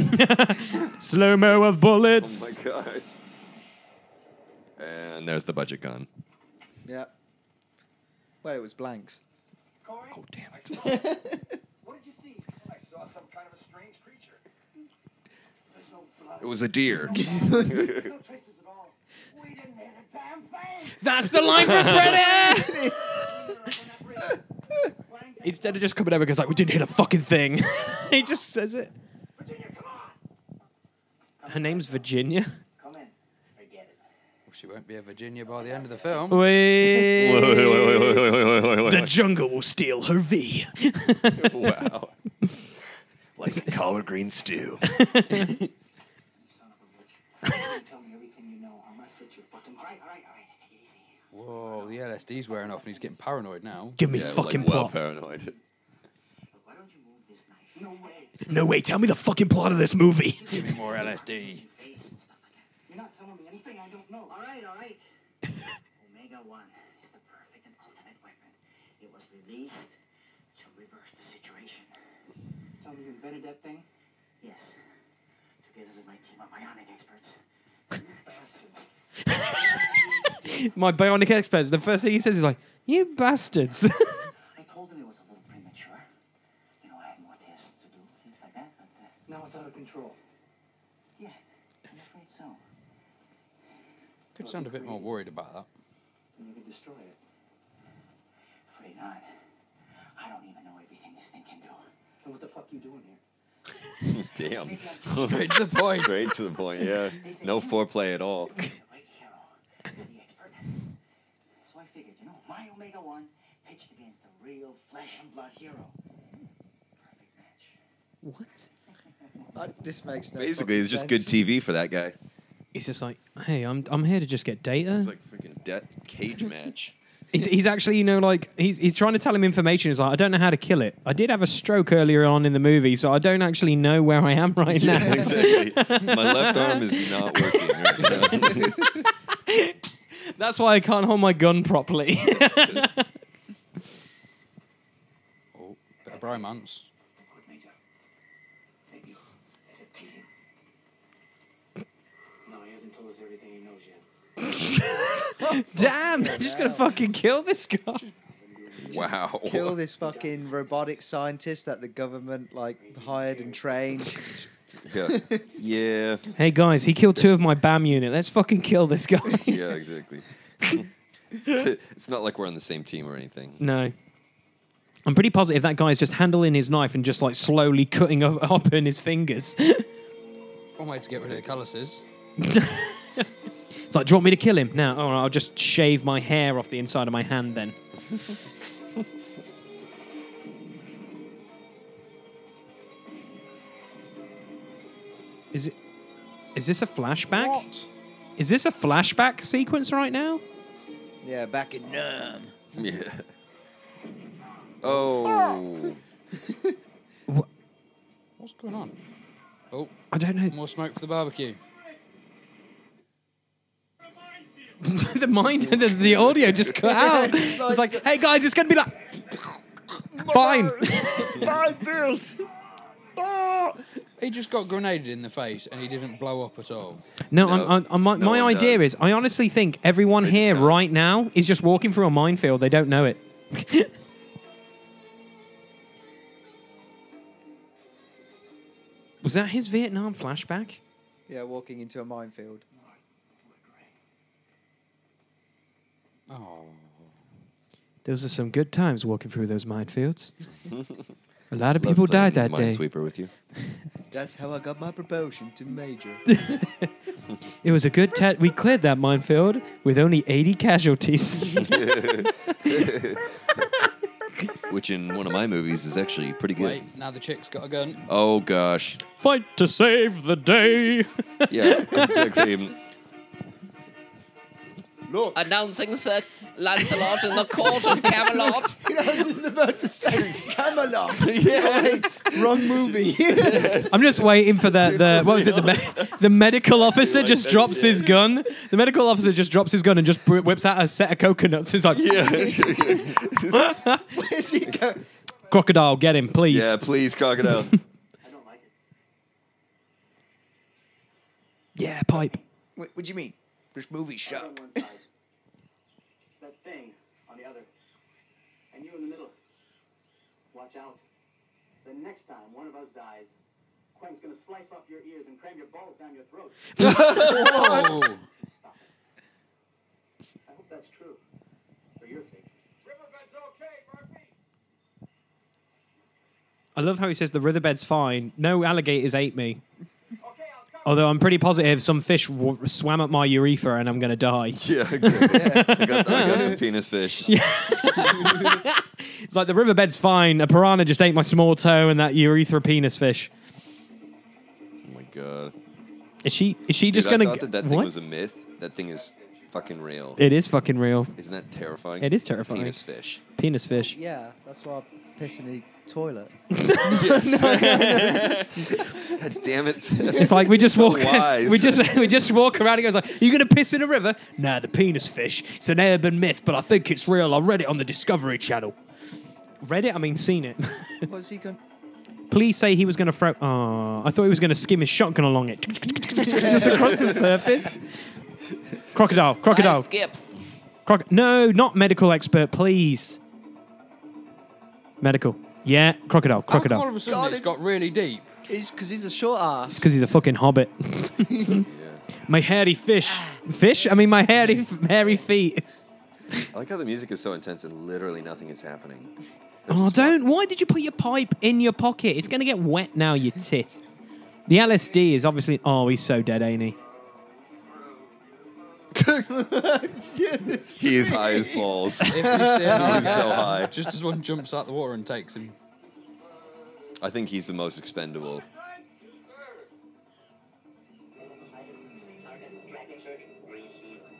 A: Slow mo of
F: Oh
A: bullets.
F: my gosh! And there's the budget gun.
C: Yeah. Well, it was blanks.
F: Oh damn it!
D: What did you see? I saw some kind of a strange creature. There's no blood.
F: It was a deer.
D: No traces at all. We didn't hit a damn thing.
A: That's the line from Predator.
D: We're not real.
A: Instead of just coming over, and goes like, "We didn't hit a fucking thing." he just says it.
D: Virginia, come on.
A: Her name's Virginia.
D: Come in. Forget it.
G: Well, she won't be a Virginia by the end of the film.
A: Wait.
F: Wait, wait, wait, wait, wait, wait, wait, wait,
L: The
F: wait.
L: jungle will steal her V.
F: wow.
E: Like a collard green stew.
D: You son of a bitch. You tell me everything you know. I must hit your fucking. All right, all right, all right. Take it easy.
G: Whoa, the LSD's wearing off and he's getting paranoid now.
L: Give me
F: Yeah,
L: fucking
F: like, well
L: plot.
F: paranoid.
D: Look, why don't you move this knife? No way.
L: No, wait, tell me the fucking plot of this movie.
G: Give me more LSD.
D: Face and stuff like that. You're not telling me anything I don't know. All right, all right. Omega One is the perfect and ultimate weapon. It was released to reverse the situation. Tell me you invented that thing? Yes. Together with my team of bionic experts. You bastard.
A: My bionic experts. The first thing he says is like, "You bastards."
D: I told him it was a little premature. You know, I had more tests to do, things like that, but... Uh, now it's out of control. Yeah, I'm afraid so.
G: Could sound a bit more worried about that.
D: Then you can destroy it. Afraid not. I don't even know everything this thing can do. Then what the fuck you doing here?
F: Damn.
G: Straight to the point.
F: Straight to the point. Yeah. No foreplay at all.
D: The right hero. You're the expert. So I figured, you know, my Omega One pitched against a real flesh and blood hero. Perfect match.
A: what?
C: Uh, this makes no
F: Basically, it's just
C: fucking
F: good
C: sense.
F: TV for that guy.
A: He's just like, "Hey, I'm I'm here to just get data."
F: It's like freaking debt cage match.
A: He's, he's actually, you know, like he's he's trying to tell him information. He's like, I don't know how to kill it. I did have a stroke earlier on in the movie, so I don't actually know where I am right
F: Yeah,
A: now.
F: exactly. My left arm is not working right now.
A: That's why I can't hold my gun properly.
G: Oh, bit of bromance.
D: Good Major. Thank you. That appeal. No, he hasn't told us everything he knows yet.
A: Damn, I'm just gonna fucking kill this guy.
F: wow.
C: Kill this fucking robotic scientist that the government like hired and trained.
F: Yeah. yeah.
A: Hey guys, he killed two of my BAM unit. Let's fucking kill this guy.
F: Yeah, exactly. it's not like we're on the same team or anything.
A: No. I'm pretty positive that guy's just handling his knife and just like slowly cutting up, up in his fingers.
G: One way to get rid of the calluses.
A: It's like, do you want me to kill him? No, all right, I'll just shave my hair off the inside of my hand then. is it? Is this a flashback? Is this a flashback sequence right now?
C: yeah, back in Nerm.
F: Yeah. Oh.
G: What's going on? Oh,
A: I don't know.
G: more smoke for the barbecue.
A: the mind, the, the audio just cut out.
C: It's like-
A: It's like, hey guys, it's gonna be like. Fine.
J: My build. Oh.
G: He just got grenaded in the face and he didn't blow up at all.
A: No,
F: No,
A: I'm, I'm, I'm- my,
F: no
A: my
F: one
A: idea
F: does.
A: is I honestly think everyone here
F: don't.
A: right now is just walking through a minefield. They don't know it. Was that his Vietnam flashback?
C: Yeah, walking into a minefield.
G: Oh.
A: Those are some good times walking through those minefields. A lot of people died that day.
F: Minesweeper with you.
C: That's how I got my promotion to major.
A: It was a good ta- we cleared that minefield with only 80 casualties.
F: Which in one of my movies is actually pretty good.
G: Wait, now the chick's got a gun.
F: Oh gosh.
A: Fight to save the day.
F: Yeah, exactly.
C: Look,
M: announcing Sir Lancelot in the court of Camelot.
C: you know, I was just about to say Camelot.
F: Yes.
C: Wrong movie.
A: I'm just waiting for the, the what was it? The, me- the medical officer just drops his gun. The medical officer just drops his gun and just br- whips out a set of coconuts. He's like,
F: Yeah.
C: Where's he going?
A: crocodile, get him, please.
F: yeah, please, crocodile.
A: Yeah, pipe.
C: What, what do you mean? This movie suck.
D: That thing on the other. And you in the middle. Watch out. The next time one of us dies, Quentin's gonna slice off your ears and cram your balls down your throat.
G: Oh,
D: I hope that's true. For your sake. Riverbed's okay, Murphy!
A: I love how he says the riverbed's fine. No alligators ate me. Although I'm pretty positive some fish w- swam up my urethra and I'm gonna die.
F: Yeah, exactly. I got the, I got the penis fish. Yeah.
A: It's like the riverbed's fine. A piranha just ate my small toe and that urethra penis fish.
F: Oh my god.
A: Is she? Is she
F: Dude,
A: just
F: I
A: gonna?
F: thought
A: g-
F: that, that
A: what?
F: thing was a myth. That thing is fucking real.
A: it is fucking real.
F: Isn't that terrifying?
A: It is terrifying.
F: Penis fish.
A: Penis fish.
C: Yeah, that's why I piss in the toilet.
F: God damn it.
A: It's like we just
F: So
A: walk.
F: wise.
A: We just we just walk around and goes like, "You gonna piss in a river?" Nah, the penis fish. It's an urban myth, but I think it's real. I read it on the Discovery Channel. Read it? I mean, seen it.
C: What's he going?
A: Please say he was gonna throw. Oh, I thought he was gonna skim his shotgun along it, just across the surface. Crocodile, crocodile,
M: Five skips.
A: croc. No, not medical expert, please. Medical. Yeah, crocodile,
G: How come all
A: crocodile.
G: of a sudden
C: God,
G: it's
C: it's-
G: got really deep.
C: He's because he's a short ass.
A: It's because he's a fucking hobbit. my hairy fish. Fish? I mean, my hairy, hairy feet.
F: I like how the music is so intense and literally nothing is happening.
A: Oh, don't. Why did you put your pipe in your pocket? It's going to get wet now, you tit. The LSD is obviously. Oh, he's so dead, ain't he?
F: He is high as balls. He's
G: If you see him,
F: so high.
G: just as one jumps out the water and takes him.
F: I think he's the most expendable.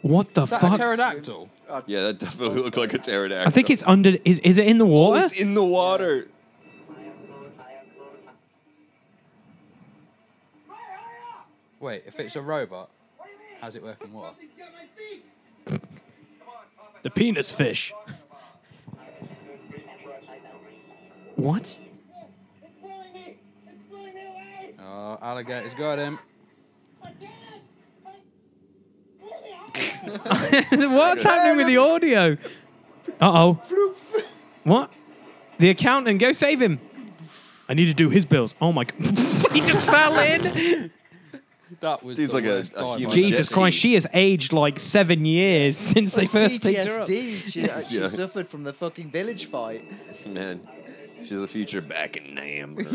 A: What the
G: Is that a
A: fuck?
G: pterodactyl?
F: Yeah, that definitely looked like a pterodactyl.
A: I think it's under. Is, is it in the
F: Oh,
A: water?
F: it's in the water.
G: Wait, if it's a robot, how's it working water?
A: the penis fish. what?
G: Oh, alligator's got him.
A: What's happening with the audio? Uh oh. What? The accountant, go save him. I need to do his bills. Oh my god. he just fell in.
G: That was.
F: He's
G: the
F: like a-
G: worst
F: a
G: dive
F: human
G: I've
F: jet.
G: ever
A: Jesus
F: Jesse.
A: Christ, she has aged like seven years since they first picked her up.
C: PTSD. She, uh, she
F: Yeah.
C: suffered from the fucking village fight.
F: Man, she has a future back in Nam.
C: Yeah.
D: I didn't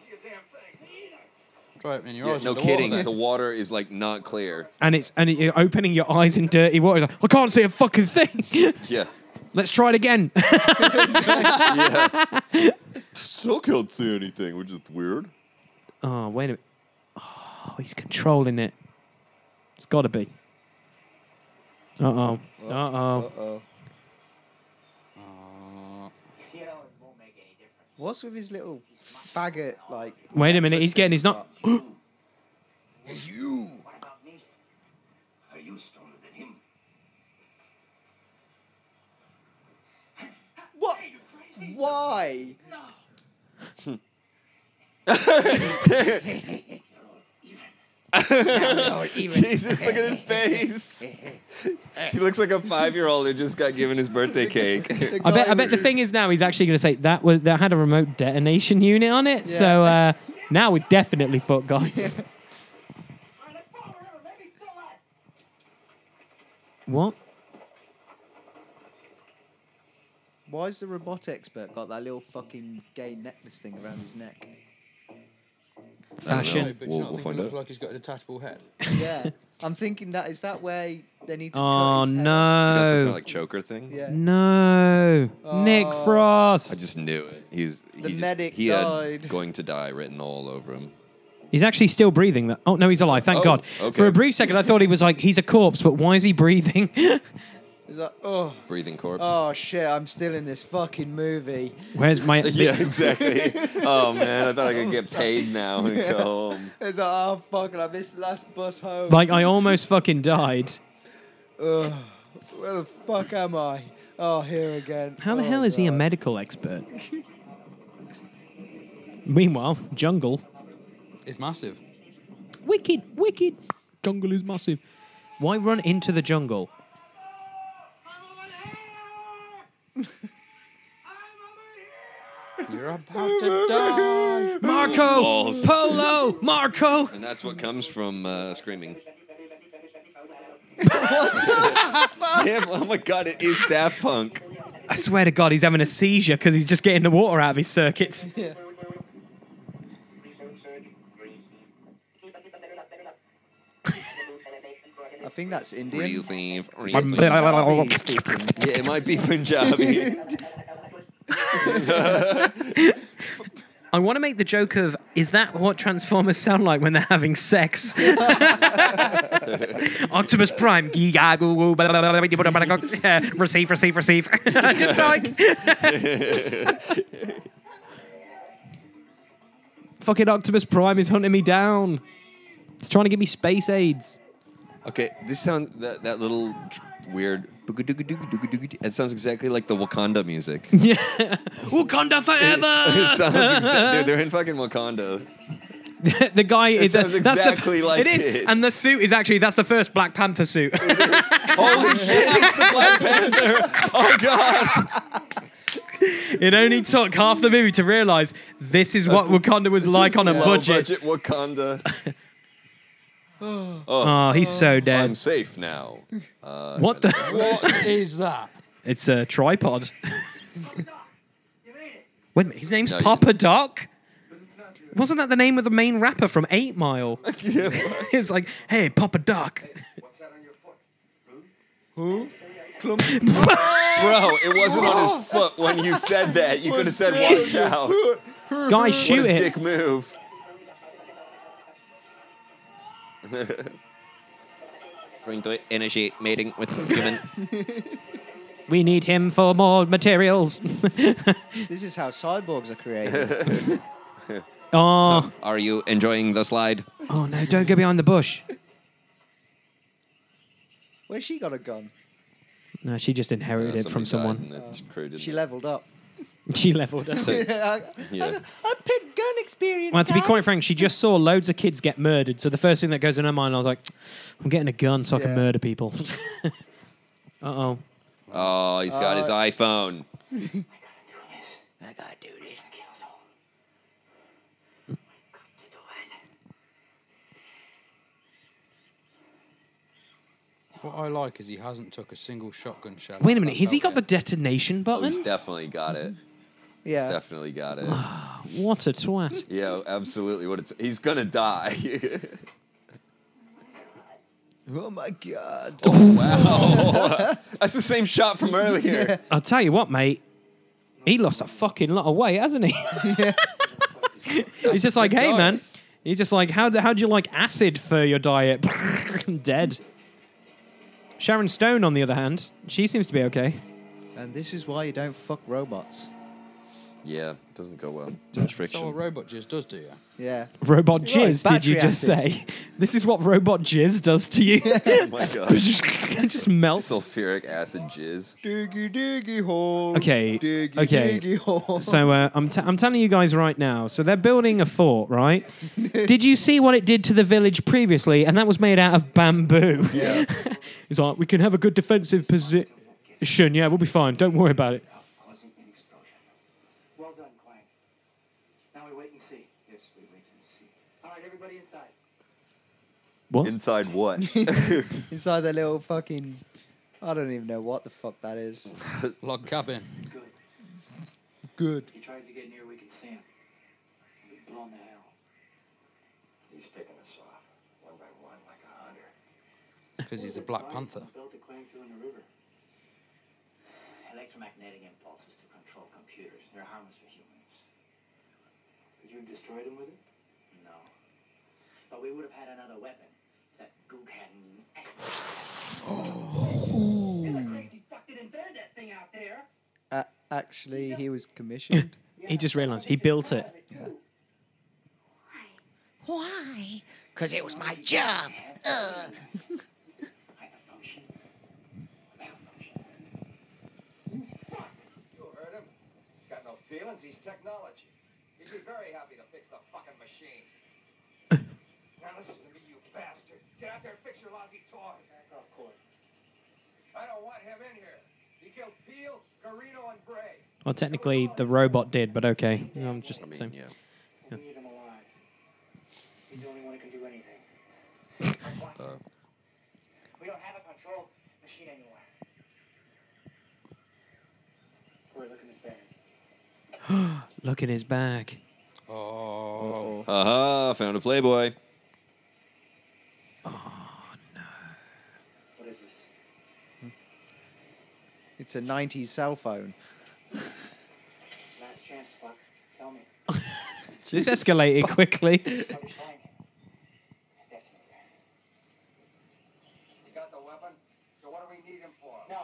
D: see a damn thing. Me either.
G: Try opening your
F: Yeah,
G: eyes
F: no
G: underwater
F: kidding.
G: then.
F: The water is like not clear.
A: And it's and you're opening your eyes in dirty water. Like, I can't see a fucking thing.
F: Yeah.
A: Let's try it again.
F: Still can't see anything, which is weird.
A: oh wait a minute. Oh, he's controlling it. It's got to be. Uh oh. Uh
C: Uh
A: oh.
C: oh.
D: You
G: Uh,
D: know, it won't make any difference.
C: What's with his little faggot like?
A: Wait a minute. He's getting. He's not.
I: It's you.
D: What about me?
I: Are you stronger than him?
C: What? Why?
F: Jesus, look at his face. he looks like a five-year-old who just got given his birthday cake.
C: The
A: I bet.
C: guy
A: I bet the
C: who-
A: thing is now he's actually going to say that was that had a remote detonation unit on it. So uh, now we definitely fuck guys.
D: All right, let's follow her. Maybe so what?
A: What?
C: Why has the robot expert got that little fucking gay necklace thing around his neck?
G: No, but do you not think it looks like he's got a detachable head.
C: yeah, I'm thinking that is that where they need to.
A: Oh no!
F: He's got some kind of, like, choker thing?
C: Oh. Yeah.
A: No, Nick Frost.
F: I just knew it. He's he
C: The
F: just,
C: medic
F: he
C: died.
F: had going to die written all over him.
A: He's actually still breathing. That. Oh no, he's alive. Thank
F: Oh,
A: God.
F: okay.
A: For a brief second, I thought he was like he's a corpse, but why is he breathing?
C: Is that oh?
F: Breathing corpse.
C: Oh shit! I'm still in this fucking movie.
A: Where's my?
F: yeah, exactly. oh man, I thought I could get paid now and go home.
C: It's like oh fuck! I missed the last bus home.
A: Like I almost fucking died.
C: Ugh, where the fuck am I? Oh, here again. Oh,
A: How the hell is he a medical expert? Meanwhile, jungle.
G: It's massive.
A: Wicked, wicked. Jungle is massive. Why run into the jungle?
G: You're about to die.
A: Marco!
F: Balls.
A: Polo! Marco!
F: And that's what comes from uh, screaming. Damn, oh my god, it is Daft Punk.
A: I swear to God, he's having a seizure because he's just getting the water out of his circuits.
C: Yeah. I think that's Indian.
F: Receive,
C: Is it
F: receive.
C: Punjabi speaking?
F: Yeah, it might be Punjabi.
A: I want to make the joke of is that what Transformers sound like when they're having sex? Octopus Prime. Giga, goo, goo, blah, blah, blah, blah, blah, blah, blah, yeah, receive, receive, receive. Just like. Fucking Octopus Prime is hunting me down. It's trying to give me space aids.
F: okay, this sound that, that little tr- weird. It sounds exactly like the Wakanda music.
A: Wakanda forever!
F: it sounds exa- dude, they're in fucking Wakanda.
A: the guy
F: It
A: is the-
F: sounds
A: that's the-
F: exactly like
A: it is,
F: it.
A: and the suit is actually that's the first Black Panther suit.
F: Holy shit, it's the Black Panther! Oh god!
A: it only took half the movie to realize this is what
F: That's the-
A: Wakanda was
F: this
A: like
F: is
A: on a
F: low
A: budget.
F: budget Wakanda. oh,
A: Oh, he's so
F: I'm
A: dead.
F: safe now. Uh,
A: What the?
G: What is that?
A: It's a tripod. Wait a minute, his name's
F: No, you
A: Papa Doc. Wasn't that the name of the main rapper from Eight Mile? it's like, hey, Papa Doc.
C: Who?
F: Bro, it wasn't on his foot when you said that. You could have said, watch out.
A: Guys, shoot
F: what a
A: it.
F: dick move. Bring to it energy mating with human.
A: We need him for more materials.
C: This is how cyborgs are created.
A: oh,
F: Are you enjoying the slide?
A: oh no! Don't go behind the bush.
C: Where's she got a gun?
A: No, she just inherited it from someone.
C: She leveled up.
A: She leveled up.
C: yeah, I,
F: Yeah.
C: I picked gun experience.
A: Well, to be quite
C: guys.
A: frank, she just saw loads of kids get murdered. So the first thing that goes in her mind, I was like, I'm getting a gun so I can
C: Yeah.
A: murder people. uh oh.
F: Oh, he's got his
C: Uh,
F: iPhone.
C: I gotta do this.
G: What I like is he hasn't took a single shotgun shell.
A: Wait a
G: out
A: minute.
G: of
A: Has he
G: that
A: got the
G: belt
A: detonation
F: Oh, he's
A: button?
F: definitely got it. He's
C: Yeah.
F: definitely got it.
A: What a twat.
F: Yeah, absolutely. What it's he's gonna die.
C: Oh my god.
F: wow, that's the same shot from earlier.
A: I'll tell you what, mate. He lost a fucking lot of weight, hasn't he? he's just like, hey,
G: diet.
A: man. He's just like, how do, how do you like acid for your diet? Dead. Sharon Stone, on the other hand, she seems to be okay.
C: And this is why you don't fuck robots.
F: Yeah, doesn't go well. Too much
G: That's all
F: friction.
G: a robot just does, do you?
C: Yeah.
A: Robot
C: You're right,
A: jizz, did you
C: battery
A: just
C: acid.
A: say? This is what robot jizz does to you.
F: Oh my god.
A: it just melts.
F: Sulfuric acid jizz.
C: Diggy diggy hole.
A: Okay,
C: Diggy
A: okay.
C: diggy hole.
A: So uh, I'm, t- I'm telling you guys right now. So they're building a fort, right? did you see what it did to the village previously? And that was made out of bamboo.
F: Yeah.
A: It's like, we can have a good defensive position. Yeah, we'll be fine. Don't worry about it.
D: Causing an explosion. Well done, Clank. Now we wait and see. Yes, we wait and see. All right, everybody inside.
A: What?
F: Inside what?
C: Inside their little fucking. I don't even know what the fuck that is.
G: Log cabin.
D: Good.
C: It's good.
D: He tries to get near, we can see him. We've blown the hell.
I: He's picking us off, one by one, like a hunter.
G: Because he's a Black Panther.
D: Built a quang through in the river. Electromagnetic impulses to control computers. They're harmless for humans. Could you have destroyed him with it? No. But we would have had another weapon. That gook hadn't. You're the crazy fuck that invented that thing out there.
C: Uh, actually, he was commissioned.
A: he just realised he built it.
C: Why?
M: Because it was my job. Ugh.
I: You heard him. He's got no feelings. He's technology. He'd be very happy to fix the fucking machine. now listen to me, you bastard. Get out there and fix your lousy toy. Back off, Court. I don't want him in here. He killed Peel, Garino, and Bray.
A: Well, technically the robot did, but okay. I'm just saying.
D: We need him alive. He's the only one who can do anything. We don't have a control machine anymore. Corey, look in his bag.
A: Look in his bag.
G: Oh.
F: Haha, found a Playboy.
D: What is this?
C: It's a 90s cell phone.
D: Last chance, fuck. Tell me.
A: This escalated quickly.
D: What you trying?
I: He got the weapon. So what do we need him for?
D: No.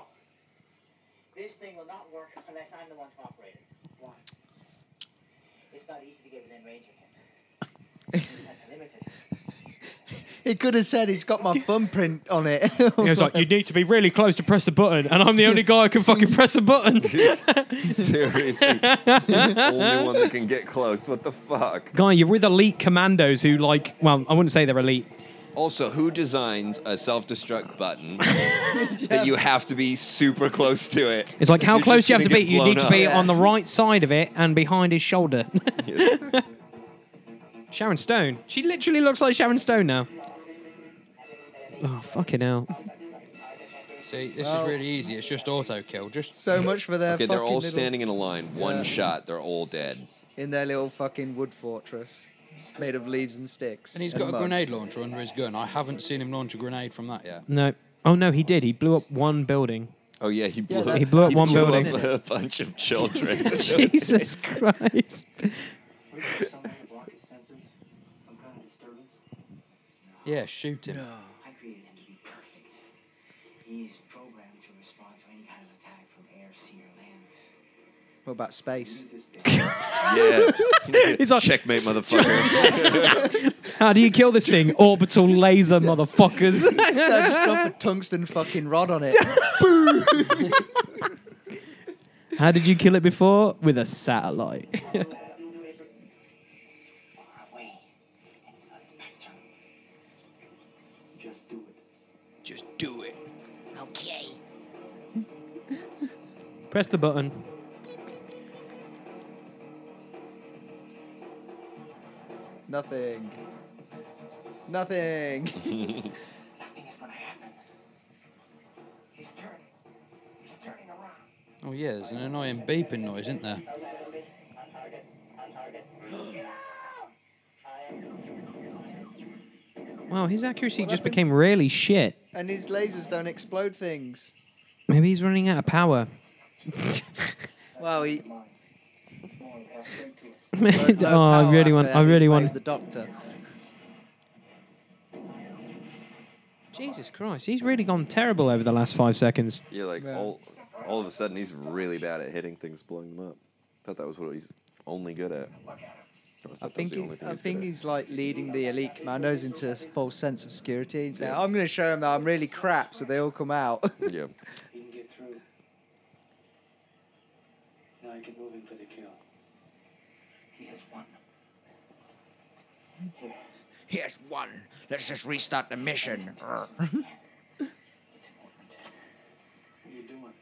D: This thing will not work unless I'm the one to operate it. Why? It's not easy to get within range of him. That's limited.
C: He could have said it's got my thumbprint on it.
A: He was like, "You need to be really close to press the button," and I'm the only guy who can fucking press a button.
F: Seriously. Only one that can get close. What the fuck?
A: Guy, you're with elite commandos who, like, well, I wouldn't say they're elite.
F: Also, who designs a self-destruct button that you have to be super close to it?
A: It's like, how
F: You're
A: close
F: just
A: do you have to
F: gonna
A: be?
F: get
A: You
F: blown
A: need to be
F: up.
A: on the right side of it and behind his shoulder. Sharon Stone. She literally looks like Sharon Stone now. Oh, fucking hell.
G: See, this
C: Well-
G: is really easy. It's just auto kill. Just
C: so much for their
F: Okay,
C: fucking
F: they're all
C: little-
F: standing in a line. One
C: Yeah.
F: shot. They're all dead.
C: in their little fucking wood fortress made of leaves and sticks.
G: And he's got a
C: mud.
G: grenade launcher under his gun. I haven't seen him launch a grenade from that yet.
A: No. Oh, no, he did. He blew up one building.
F: Oh yeah, he blew.
A: that- He blew up one building.
F: Up a bunch of children.
A: Jesus Christ.
D: Some kind of disturbance.
G: Yeah, shoot him.
D: I created him to be perfect. He's programmed to respond to any kind of attack from air, sea, or land.
C: What about space?
F: yeah.
A: He's like,
F: Checkmate, motherfucker.
A: How do you kill this thing? Orbital laser, motherfuckers.
C: Yeah, just drop a tungsten fucking rod on it.
A: How did you kill it before? With a satellite.
D: Far away. And it's not spectrum. Just do it.
M: Just do it. Okay.
A: Press the button.
C: Nothing. Nothing.
D: Nothing is gonna happen. He's turning. He's turning around.
G: Oh yeah, there's an annoying beeping noise, isn't there?
A: Wow, his accuracy just became really shit.
C: and his lasers don't explode things.
A: Maybe he's running out of power.
C: Wow, he.
A: oh,
C: low power
A: I really
C: up
A: want.
C: there,
A: I really
C: he's
A: want.
C: waved The doctor.
A: Jesus Christ, he's really gone terrible over the last five seconds.
F: You're like all, all of a sudden he's really bad at hitting things, blowing them up. Thought that was what he's only good at. I,
C: I
F: thought that was
C: think
F: the
C: he,
F: only thing
C: I
F: he's good
C: think
F: at.
C: he's like leading the elite commandos into a false sense of security and saying, "I'm going to show them that I'm really crap," so they all come out.
F: Yeah.
D: He can get through. Now I can move him for the kill. He has one.
M: Here's one. Let's just restart the mission.
D: What are you doing?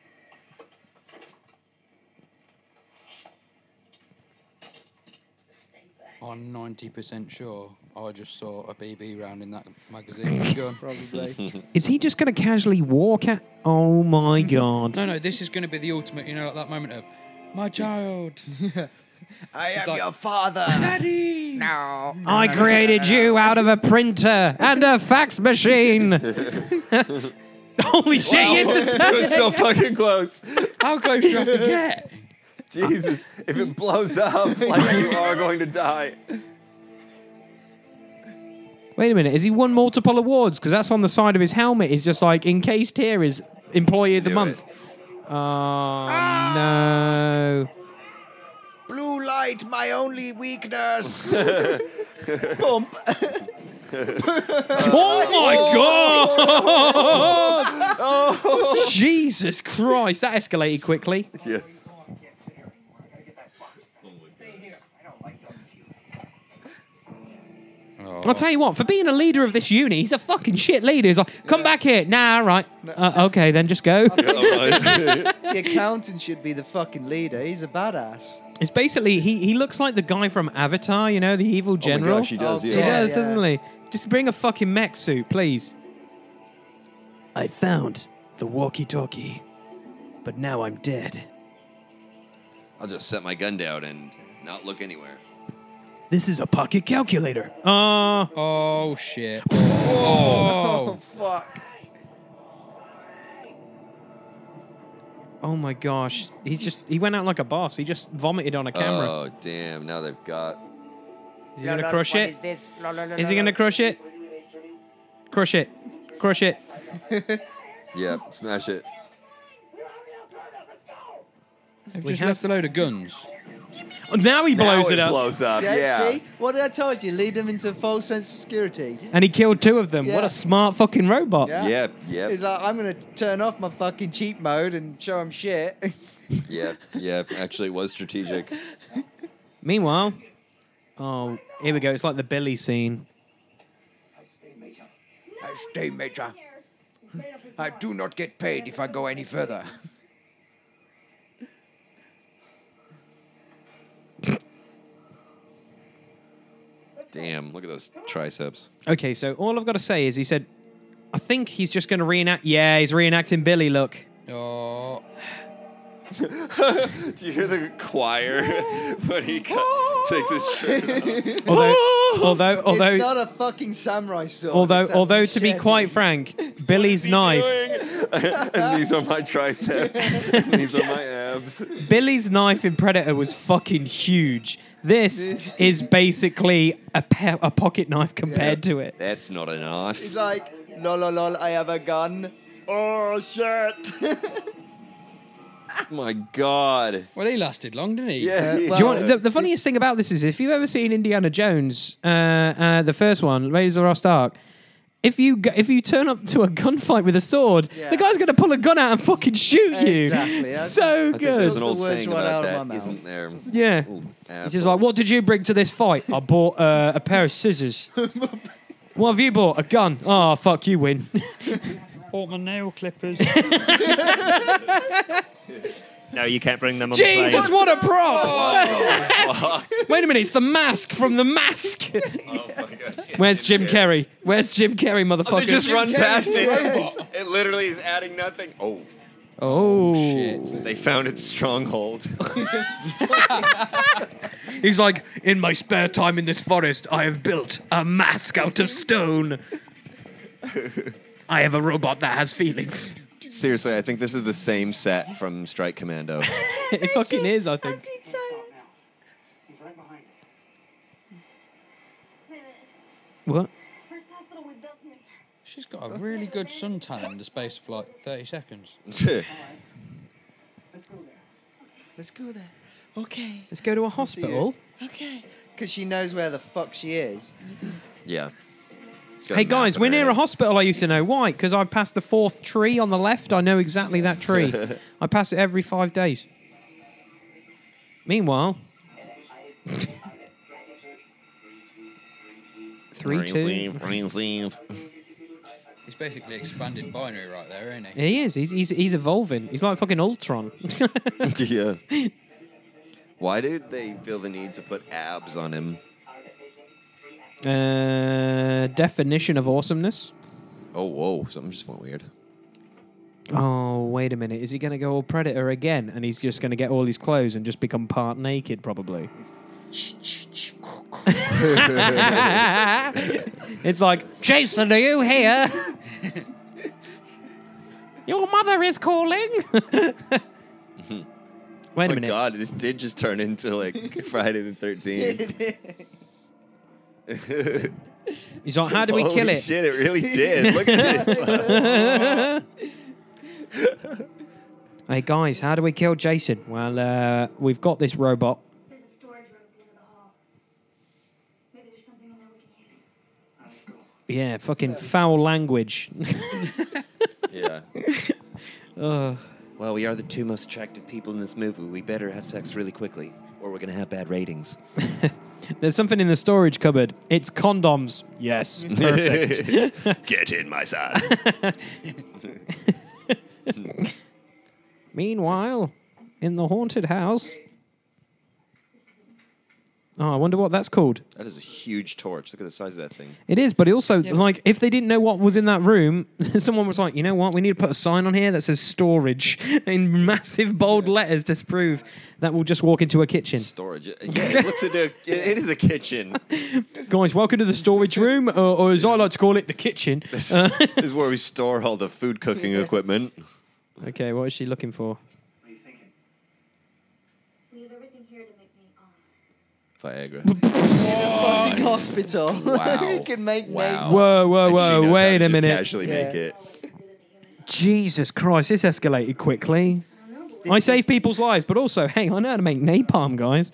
G: I'm 90% sure I just saw a BB round in that magazine gun.
C: Probably.
A: Is he just going to casually walk out? Oh my god.
G: No, no, this is going to be the ultimate, you know, at that moment of, My child.
C: I
G: It's
C: am
G: like-
C: your father. Daddy. No.
A: I created you out of a printer and a fax machine. Holy shit,
F: Wow.
A: yes, it's
F: It was so fucking close.
G: How close do you have to get?
F: Jesus, if it blows up, like you are going to die.
A: Wait a minute, has he won multiple awards? Because that's on the side of his helmet. Is just like encased here is employee of the month. Oh no!
N: Blue light, my only weakness.
C: Bump.
A: Oh my god!
F: Oh.
A: Jesus Christ, that escalated quickly.
F: Yes.
A: I'll tell you what, for being a leader of this uni, he's a fucking shit leader. He's like, come back here. Nah, right. Uh, okay, then just go.
C: the accountant should be the fucking leader. He's a badass.
A: It's basically he he looks like the guy from Avatar, you know, the evil general.
E: gosh, he does, Oh, yeah.
A: He
E: God,
A: does,
E: yeah.
A: doesn't he? Just bring a fucking mech suit, please. I found the walkie-talkie, but now I'm dead.
F: I'll just set my gun down and not look anywhere.
A: This is a pocket calculator. Uh,
G: oh shit. Oh.
C: fuck.
A: Oh my gosh, he just he went out like a boss. He just vomited on a camera.
F: Oh damn! Now they've got.
A: is he gonna crush it? Is
C: this? La, la, la,
A: he gonna crush it? Crush it, crush it.
F: Yeah, smash it.
G: They've
A: We
G: just
A: have-
G: left a load of guns.
A: Oh, Now he
F: Now
A: blows it,
F: it
A: up.
F: blows up.
C: Yeah, See, what did I told you? Lead them into a false sense of security.
A: And he killed two of them. What
C: Yeah.
A: a smart fucking robot.
C: Yeah.
F: Yep, yep.
C: He's like, I'm gonna turn off my fucking cheat mode and show him shit.
F: Yep, yep. Actually, it was strategic.
A: Meanwhile, oh, here we go. It's like the Billy scene.
N: I stay, Major. I do not get paid if I go any further.
F: Damn! Look at those triceps.
A: Okay, so all I've got to say is he said, I think he's just going to reenact. Yeah, he's reenacting Billy. Look.
G: Oh.
F: Do you hear the choir when he co- takes his shirt off?
A: Although, although, although,
C: it's not a fucking samurai sword.
A: although,
C: it's a
A: although, to be
C: machete.
A: quite frank, Billy's knife,
F: and these are my triceps. and these are my abs.
A: Billy's knife in Predator was fucking huge. This is basically a, pe- a pocket knife compared to it.
F: That's not a
C: He's
F: knife.
C: like, lol, lol, lol, I have a gun. Oh shit!
F: My God.
G: Well, he lasted long, didn't he?
C: Uh,
F: Yeah. he-
A: Do you want, the, the funniest thing about this is if you've ever seen Indiana Jones, uh, uh, the first one, Raiders of the Lost Ark, if you go, if you turn up to a gunfight with a sword,
C: Yeah.
A: the guy's going to pull a gun out and fucking shoot you.
C: Exactly, that's
A: so
F: I think
A: good.
F: there's an
C: the
F: old
C: words
F: saying
C: right
F: about
C: out of
F: that,
C: my mouth.
F: not there?
A: Yeah.
F: Old
A: He's just
F: asshole.
A: like, what did you bring to this fight? I bought uh, a pair of scissors. what have you bought? A gun. Oh, fuck, you win.
O: Or my nail clippers.
P: No, you can't bring them on the
A: Jesus,
P: plane.
A: what a prop!
F: Oh, fuck.
A: Wait a minute, it's the mask from the mask.
F: Oh, my gosh.
A: Where's Jim Carrey? Where's Jim Carrey, motherfucker?
F: Oh, They just run
G: Carrey
F: past
G: is a
F: it.
G: robot.
F: It literally is adding nothing. Oh,
A: Oh,
G: Shit.
F: they found its stronghold.
A: He's like, in my spare time in this forest, I have built a mask out of stone. I have a robot that has feelings.
F: Seriously, I think this is the same set from Strike Commando.
A: it fucking is, I think.
D: He's right behind us.
A: What?
G: She's got a really good suntan in the space of like 30 seconds.
D: Let's go there.
C: Let's go there. Okay.
A: Let's go to a
C: see you.
A: hospital.
C: Okay. Because she knows where the fuck she is.
F: yeah. It's got
A: Hey
F: a map
A: guys,
F: and
A: we're near a
F: everything.
A: hospital. I used to know why, because I passed the fourth tree on the left. I know exactly that tree. I pass it every five days. Meanwhile, three two.
G: He's basically expanded binary right there, ain't he?
A: He is. He's, he's he's evolving. He's like fucking Ultron.
F: yeah. Why did they feel the need to put abs on him?
A: Uh, definition of awesomeness.
F: Oh, whoa. Something just went weird.
A: oh, wait a minute, is he going to go all predator again? And he's just going to get all his clothes and just become part naked, probably. it's like, Jason, are you here? Your mother is calling.
F: Wait a minute. God, this did just turn into like Friday the Thirteenth.
A: He's like, how do we kill
F: Holy
A: it?
F: Shit, it really did. Look at this.
A: hey guys, how do we kill Jason? Well, uh, we've got this robot. Yeah, fucking foul language.
F: yeah.
A: Ugh.
F: Well, we are the two most attractive people in this movie. We better have sex really quickly, or we're gonna have bad ratings.
A: There's something in the storage cupboard. It's condoms. Yes, perfect.
F: Get in, my son.
A: Meanwhile, in the haunted house. Oh, I wonder what that's called.
F: That is a huge torch. Look at the size of that thing.
A: It is, but it also like if they didn't know what was in that room, someone was like, you know what, we need to put a sign on here that says storage in massive bold letters to prove that we'll just walk into a kitchen.
F: Storage. Yeah, it looks into. A, it is a kitchen.
A: Guys, welcome to the storage room, or, or as I like to call it, the kitchen.
F: This
A: Uh,
F: is, this is where we store all the food cooking equipment.
A: okay, what is she looking for?
F: Viagra.
C: Fucking hospital.
F: Wow.
C: you can make
F: Wow.
A: Whoa, whoa,
F: And she knows
A: whoa!
F: how
A: Wait
F: to
A: a
F: just
A: minute.
F: Casually make it.
A: Jesus Christ, this escalated quickly. I save people's lives, but also, hey, I know how to make napalm, guys.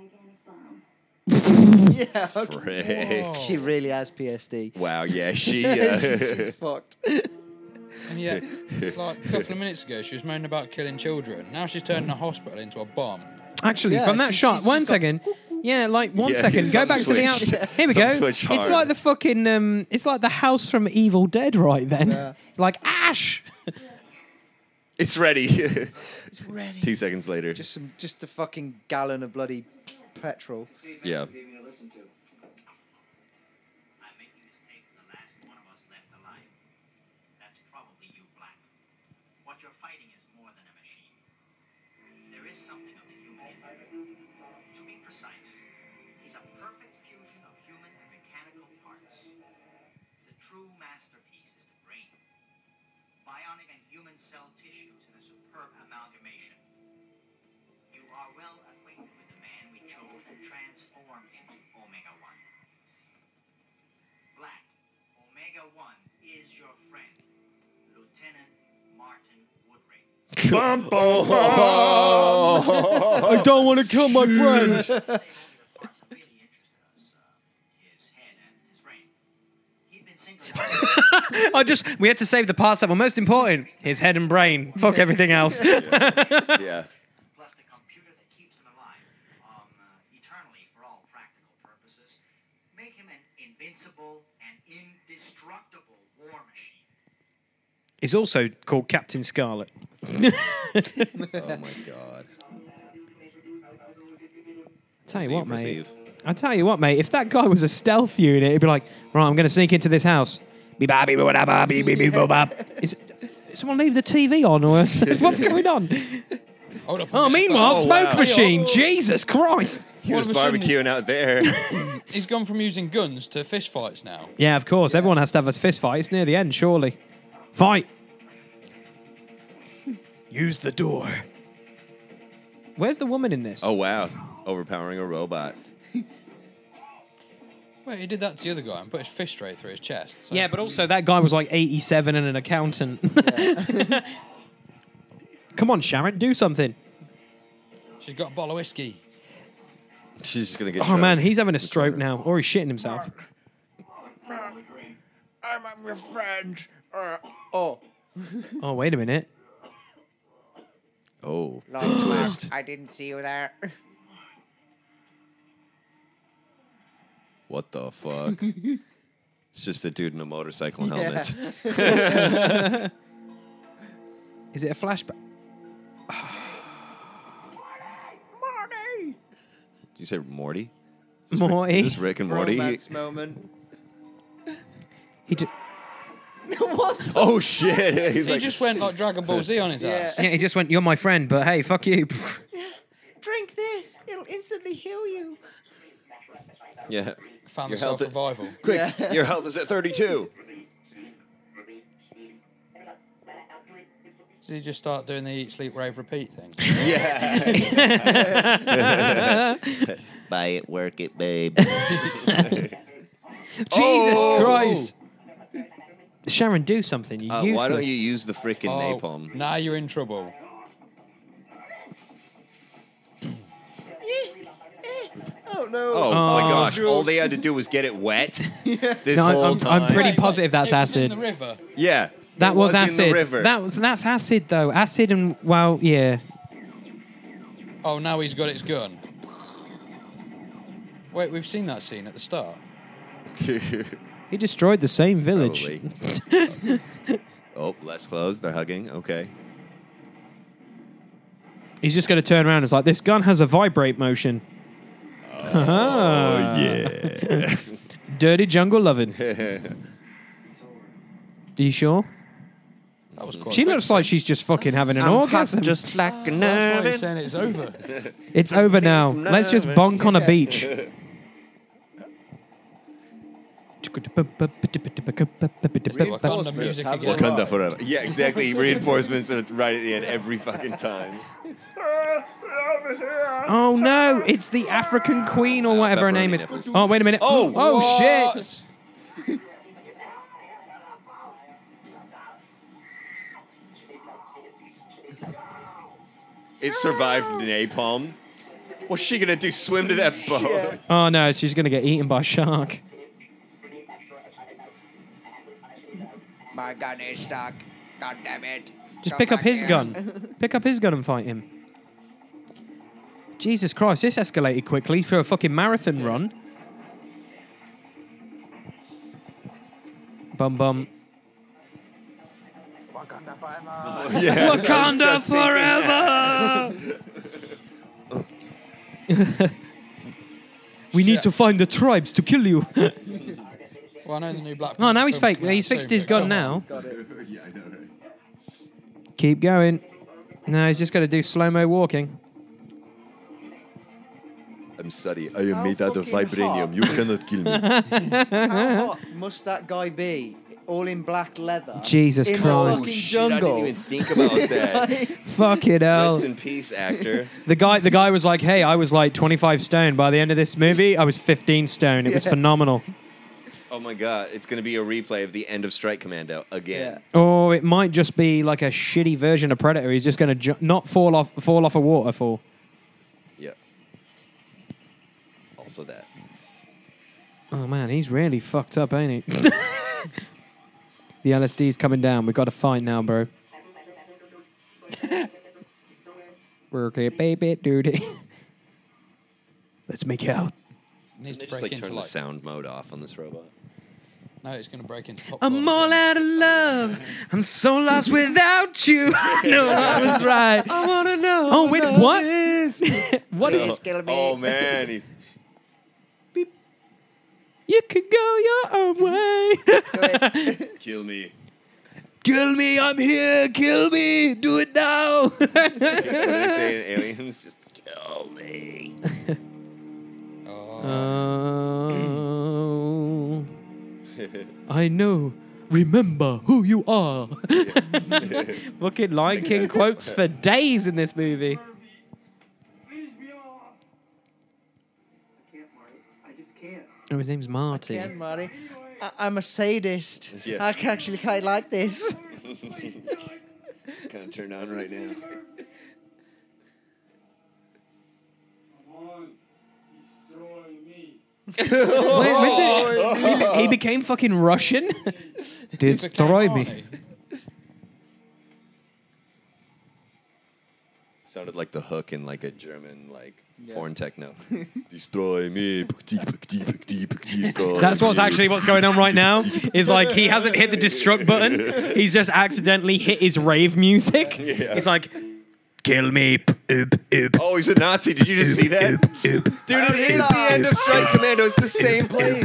C: naked. yeah. okay.
F: Frick.
C: She really has PSD.
F: Wow. Yeah. She. Uh,
C: she's, she's fucked.
G: And yet, like a couple of minutes ago, she was moaning about killing children. Now she's turning a hospital into a bomb.
A: Actually,
G: Yeah,
A: from that
G: she-
A: shot,
G: she's
A: one
G: just got-
A: second. Yeah, like one
G: Yeah,
A: second. Go
G: something
A: back to the
G: switched.
A: outside. Here we
G: Something
A: go.
G: switched
A: It's
G: hard.
A: like the fucking. Um, it's like the house from Evil Dead, right then.
F: Yeah.
A: It's like Ash.
F: it's ready. it's
C: ready.
F: Two seconds later.
C: Just some, just a fucking gallon of bloody petrol.
F: yeah.
D: There is something of the human in him. To be precise, he's a perfect fusion of human and mechanical parts. The true masterpiece is the brain. Bionic and human cell tissues in a superb amalgamation. You are well acquainted with the man we chose to transform into Omega 1. Black, Omega 1 is your friend, Lieutenant Martin Woodring.
A: I don't want to kill my friend.
D: uh,
A: I just we had to save the parts that were most important. His head and brain. Fuck everything else.
F: yeah.
D: um, uh, Make him an invincible and indestructible war machine.
A: He's also called Captain Scarlet.
F: Oh my god.
A: Tell you
F: Receive,
A: what, mate.
F: receive.
A: I tell you what, mate. If that guy was a stealth unit, he'd be like, right, I'm going to sneak into this house. Beep, ba, beep, ba, ba, beep, beep, beep, ba, ba. Is someone leave the TV on or what's going on?
G: Hold up.
A: Oh, meanwhile,
F: Oh,
A: smoke
F: wow.
A: machine. Jesus Christ.
F: He
G: All
F: was
G: of a sudden-
F: barbecuing out there.
G: He's gone from using guns to fist fights now.
A: Yeah, of course. Everyone has to have a fist fight. It's near the end, surely. Fight. Use the door. Where's the woman in this?
F: Oh wow. Overpowering a robot.
G: Wait, he did that to the other guy and put his fist straight through his chest. So.
A: Yeah, but also that guy was like 87 and an accountant. Come on, Sharon, do something.
G: She's got a bottle of whiskey.
F: She's just gonna get.
A: oh man, he's having a stroke now, or he's shitting himself.
I: I'm, I'm your friend. Uh,
C: oh.
A: Oh wait a minute.
F: Oh.
I: twist.
Q: I didn't see you there.
F: What the fuck? it's just a dude in a motorcycle
C: Yeah.
F: helmet.
A: Is it a flashback?
F: Did you say Morty?
A: Morty.
F: Is this Rick and Morty?
C: Romance moment.
A: He d-
F: Oh shit! He's
G: he
F: like,
G: just went like Dragon Ball Z on his ass.
A: Yeah, he just went, "You're my friend, but hey, fuck you."
C: Drink this. It'll instantly heal you.
F: yeah.
G: Found
F: Your
G: myself
F: health-
G: revival.
F: Quick, your health is at 32.
G: Did he just start doing the eat, sleep, rave, repeat thing?
A: Yeah.
R: Buy it, work it, babe.
A: Jesus
F: Oh.
A: Christ! Sharon, do something. You
F: Uh,
A: useless.
F: why don't you use the frickin'
G: Oh,
F: napalm?
G: Now you're in trouble.
C: Oh no.
F: Oh, my
A: Oh.
F: gosh! All they had to do was get it wet. This
A: No, I'm-
F: whole
A: I'm- I'm
F: time.
A: pretty positive that's acid.
G: river.
F: Yeah.
A: That
F: it
A: was,
F: in
A: acid.
F: The river.
A: That was that's acid though. Acid and well, yeah.
G: Oh, now he's got his gun. Wait, we've seen that scene at the start.
A: He destroyed the same village.
F: oh, less clothes. They're hugging. Okay.
A: He's just going to turn around. and It's like this gun has a vibrate motion. Uh,
F: Oh yeah.
A: Dirty jungle loving. Are you sure?
G: That was quite.
A: She looks like she's just fucking having an orgasm.
F: just like an
G: That's why he's saying it's over.
A: It's over now. Let's just bonk on a beach.
G: Wakanda music again.
F: Wakanda forever. Yeah, exactly. Reinforcements are right at the end every fucking time.
A: Oh no, it's the African Queen or whatever her
F: pepperoni
A: name is.
F: nipples.
A: Oh, wait a minute.
F: Oh,
A: oh shit.
G: What?
F: It survived napalm. What's she gonna do? Swim to that boat?
A: Oh no, she's going to get eaten by a shark.
C: My gun is stuck. God damn it.
A: Just
C: Come
A: pick up
C: back
A: his
C: here.
A: gun. Pick up his gun and fight him. Jesus Christ, this escalated quickly for a fucking marathon run. Bum bum.
F: Yeah, I
A: Wakanda
F: was just thinking
A: forever! we need to find the tribes to kill you.
G: Well, I know the new Black.
A: No, now
G: Panther
A: he's
G: film's
A: fake.
G: coming out
A: He's fixed
G: soon,
A: his
G: but
A: gun
G: come on.
A: now.
C: Got it.
A: Keep going. No, he's just got to do slow mo walking.
E: I'm sorry, I am
C: How
E: made out of
C: fucking hot.
E: vibranium. You cannot kill me.
C: How hot must that guy be? All in black leather.
A: Jesus
C: in
A: Christ.
C: The fucking
F: Oh, I
C: jungle.
F: didn't even think about that.
C: Like,
A: Fuck it out.
F: Rest in peace, actor.
A: The guy, the guy was like, "Hey, I was like 25 stone. By the end of this movie, I was 15 stone. It was
C: Yeah.
A: phenomenal."
F: Oh my god, it's gonna be a replay of the end of Strike Commando
C: yeah.
F: again.
A: Or it might just be like a shitty version of Predator. He's just gonna ju- not fall off, fall off a waterfall.
F: Yeah. Also that.
A: Oh man, he's really fucked up, ain't he? the LSD's coming down. We've got to fight now, bro. Work it, baby, dude. Let's make out.
G: Needs to
F: They just
G: break
F: like
G: into
F: turn the
G: like.
F: sound mode off on this robot.
G: No, it's going to break into. popcorn
A: I'm all
G: again.
A: out of love. I'm so lost without you. no, I was right. I wanna know. Oh wait, what? what is?
C: Please kill me.
F: Oh man, he-
A: You could go your own way.
F: kill me.
A: kill me, I'm here. Kill me. Do it now.
F: What do they say in Aliens? Just kill me.
G: Oh,
A: oh, I know. Remember who you are. Fucking Lion King quotes for days in this movie. Oh, his name's Marty.
C: Again, Marty. I- I'm a sadist.
F: Yeah.
C: I ca- actually quite like this.
F: kind of turned on right now.
A: When- when did- he- he, became fucking Russian.
G: it's okay, Barney.
F: Sounded like the hook in like a German like
C: Yeah.
F: porn techno.
E: Destroy me. Destroy
A: That's what's
E: me.
A: actually what's going on right now. Is like he hasn't hit the destruct button. He's just accidentally hit his rave music.
F: Yeah.
A: He's like, kill me, p- oop oop.
F: Oh, he's a Nazi. Did you just see that? Dude, it is the end of Strike Commando. It's the same place.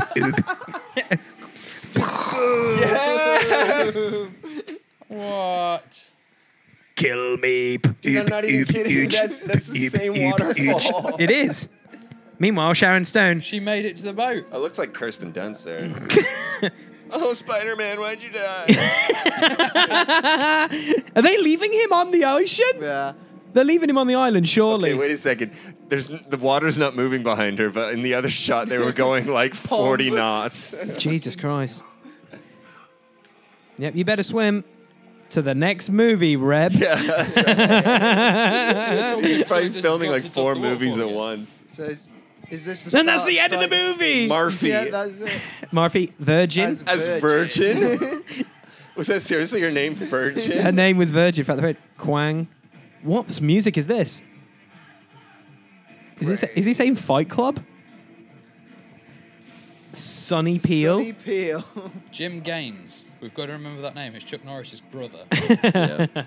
F: Yes!
G: What?
L: Kill me.
F: Dude, I'm not even kidding. That's- that's the same waterfall.
L: It is. Meanwhile, Sharon Stone.
G: She made it to the boat.
F: Oh, It looks like Kirsten Dunst there. oh, Spider Man, why'd you die?
A: Are they leaving him on the ocean?
C: Yeah.
A: They're leaving him on the island, surely.
F: Okay, wait a second. There's the water's not moving behind her, but in the other shot they were going like 40 knots.
A: Jesus Christ. Yep, you better swim to the next movie, Reb.
F: Yeah, that's right. He's probably filming like four movies at once.
C: So is, is this the
L: And that's
C: start
L: the end of the
C: Spider-
L: movie.
F: Murphy
C: Yeah, that's it.
A: Murphy, Virgin.
F: as Virgin. Was that seriously your name, Virgin?
A: Her name was Virgin. In fact, they wrote Quang. What music is this? Is, this, is he saying Fight Club? Sonny Peel?
C: Sonny Peel.
G: Jim Gaines. We've got to remember that name. It's Chuck Norris's brother. Oh,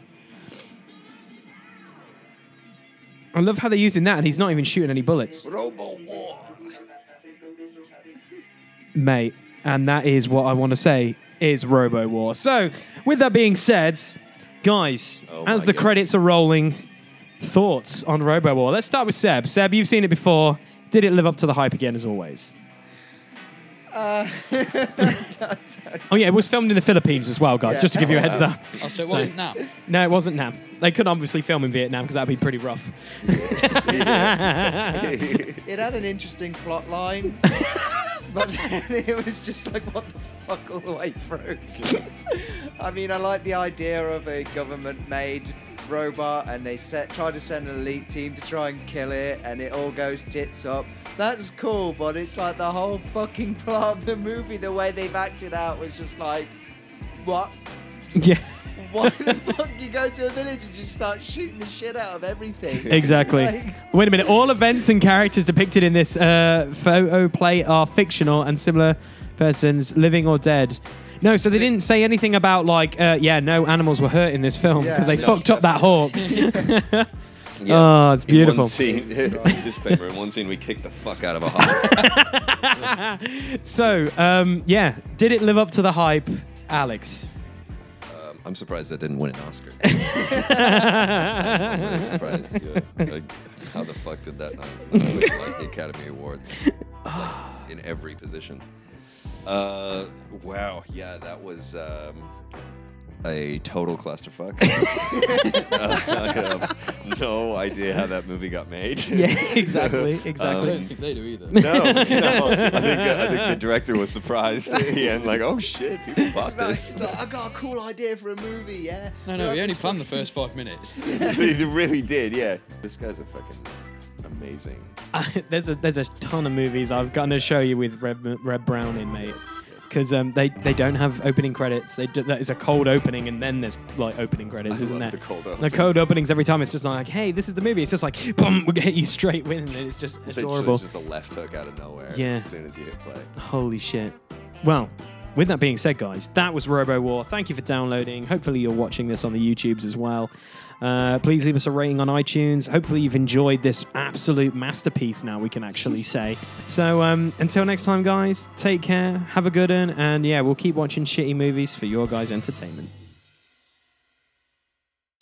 A: I love how they're using that and he's not even shooting any bullets.
F: Robo War.
A: Mate, and that is what I want to say is Robo War. So, with that being said, guys, as the credits are rolling, thoughts on Robo War. Let's start with Seb. Seb, you've seen it before. Did it live up to the hype again, as always?
C: Uh,
A: Oh yeah, it was filmed in the Philippines as well, guys.
C: Yeah.
A: Just to give you a
C: Oh,
A: heads
C: wow.
A: up.
G: Oh, so it
A: So-
G: wasn't now.
A: No, it wasn't Nam. They couldn't obviously film in Vietnam because that'd be pretty rough.
C: it had an interesting plot line, but then it was just like, what the fuck all the way through. I mean, I like the idea of a government-made robot, and they set, try to send an elite team to try and kill it, and it all goes tits up. That's cool, but it's like the whole fucking plot of the movie, the way they've acted out was just like, what?
A: yeah,
C: Why the fuck you go to a village and just start shooting the shit out of everything?
A: exactly.
C: Like,
A: Wait a minute. All events and characters depicted in this uh, photo play are fictional and similar persons, living or dead. No, so they didn't say anything about like, uh, yeah, no animals were hurt in this film
C: Yeah.
A: because they
C: No,
A: fucked up that hawk. Oh, it's
F: In
A: beautiful.
F: one scene, disclaimer, in one scene we kicked the fuck out of a hawk.
A: So, um, yeah, did it live up to the hype, Alex?
F: Um, I'm surprised that didn't win an Oscar. I'm really
A: oh,
F: surprised. Yeah. Like, how the fuck did that not, not win, like, the Academy Awards like, in every position? Uh, wow, yeah, that was um, a total clusterfuck. I have no idea how that movie got made.
A: Yeah, exactly,
F: Um,
G: I
A: exactly.
G: don't think they do either.
F: no, no, I think, uh, I think the director was surprised at the end, like, oh shit, people bought
C: No,
F: this.
C: he's like, I got a cool idea for a movie, yeah.
G: No,
C: We're
G: no,
C: like
G: we only
C: this
G: planned the first five minutes.
F: they really did, yeah. This guy's a fucking amazing.
A: there's a there's a ton of movies I've got to show you with Red, Red Brown in, mate. Because um, they, they don't have opening credits. They do, that is a cold opening, and then there's like opening credits,
F: I
A: isn't
F: love
A: there?
F: the cold
A: The cold
F: openings.
A: openings every time. It's just like, hey, this is the movie. It's just like, boom, we hit you straight in, and it's just
F: It's literally
A: adorable.
F: just a left hook out of nowhere
A: Yeah.
F: as soon as you hit play.
A: Holy shit. Well, with that being said, guys, that was Robo War. Thank you for downloading. Hopefully, you're watching this on the YouTubes as well. Uh, please leave us a rating on iTunes. Hopefully, you've enjoyed this absolute masterpiece now, we can actually say. So, um, until next time, guys, take care, have a good one, and yeah, we'll keep watching shitty movies for your guys' entertainment.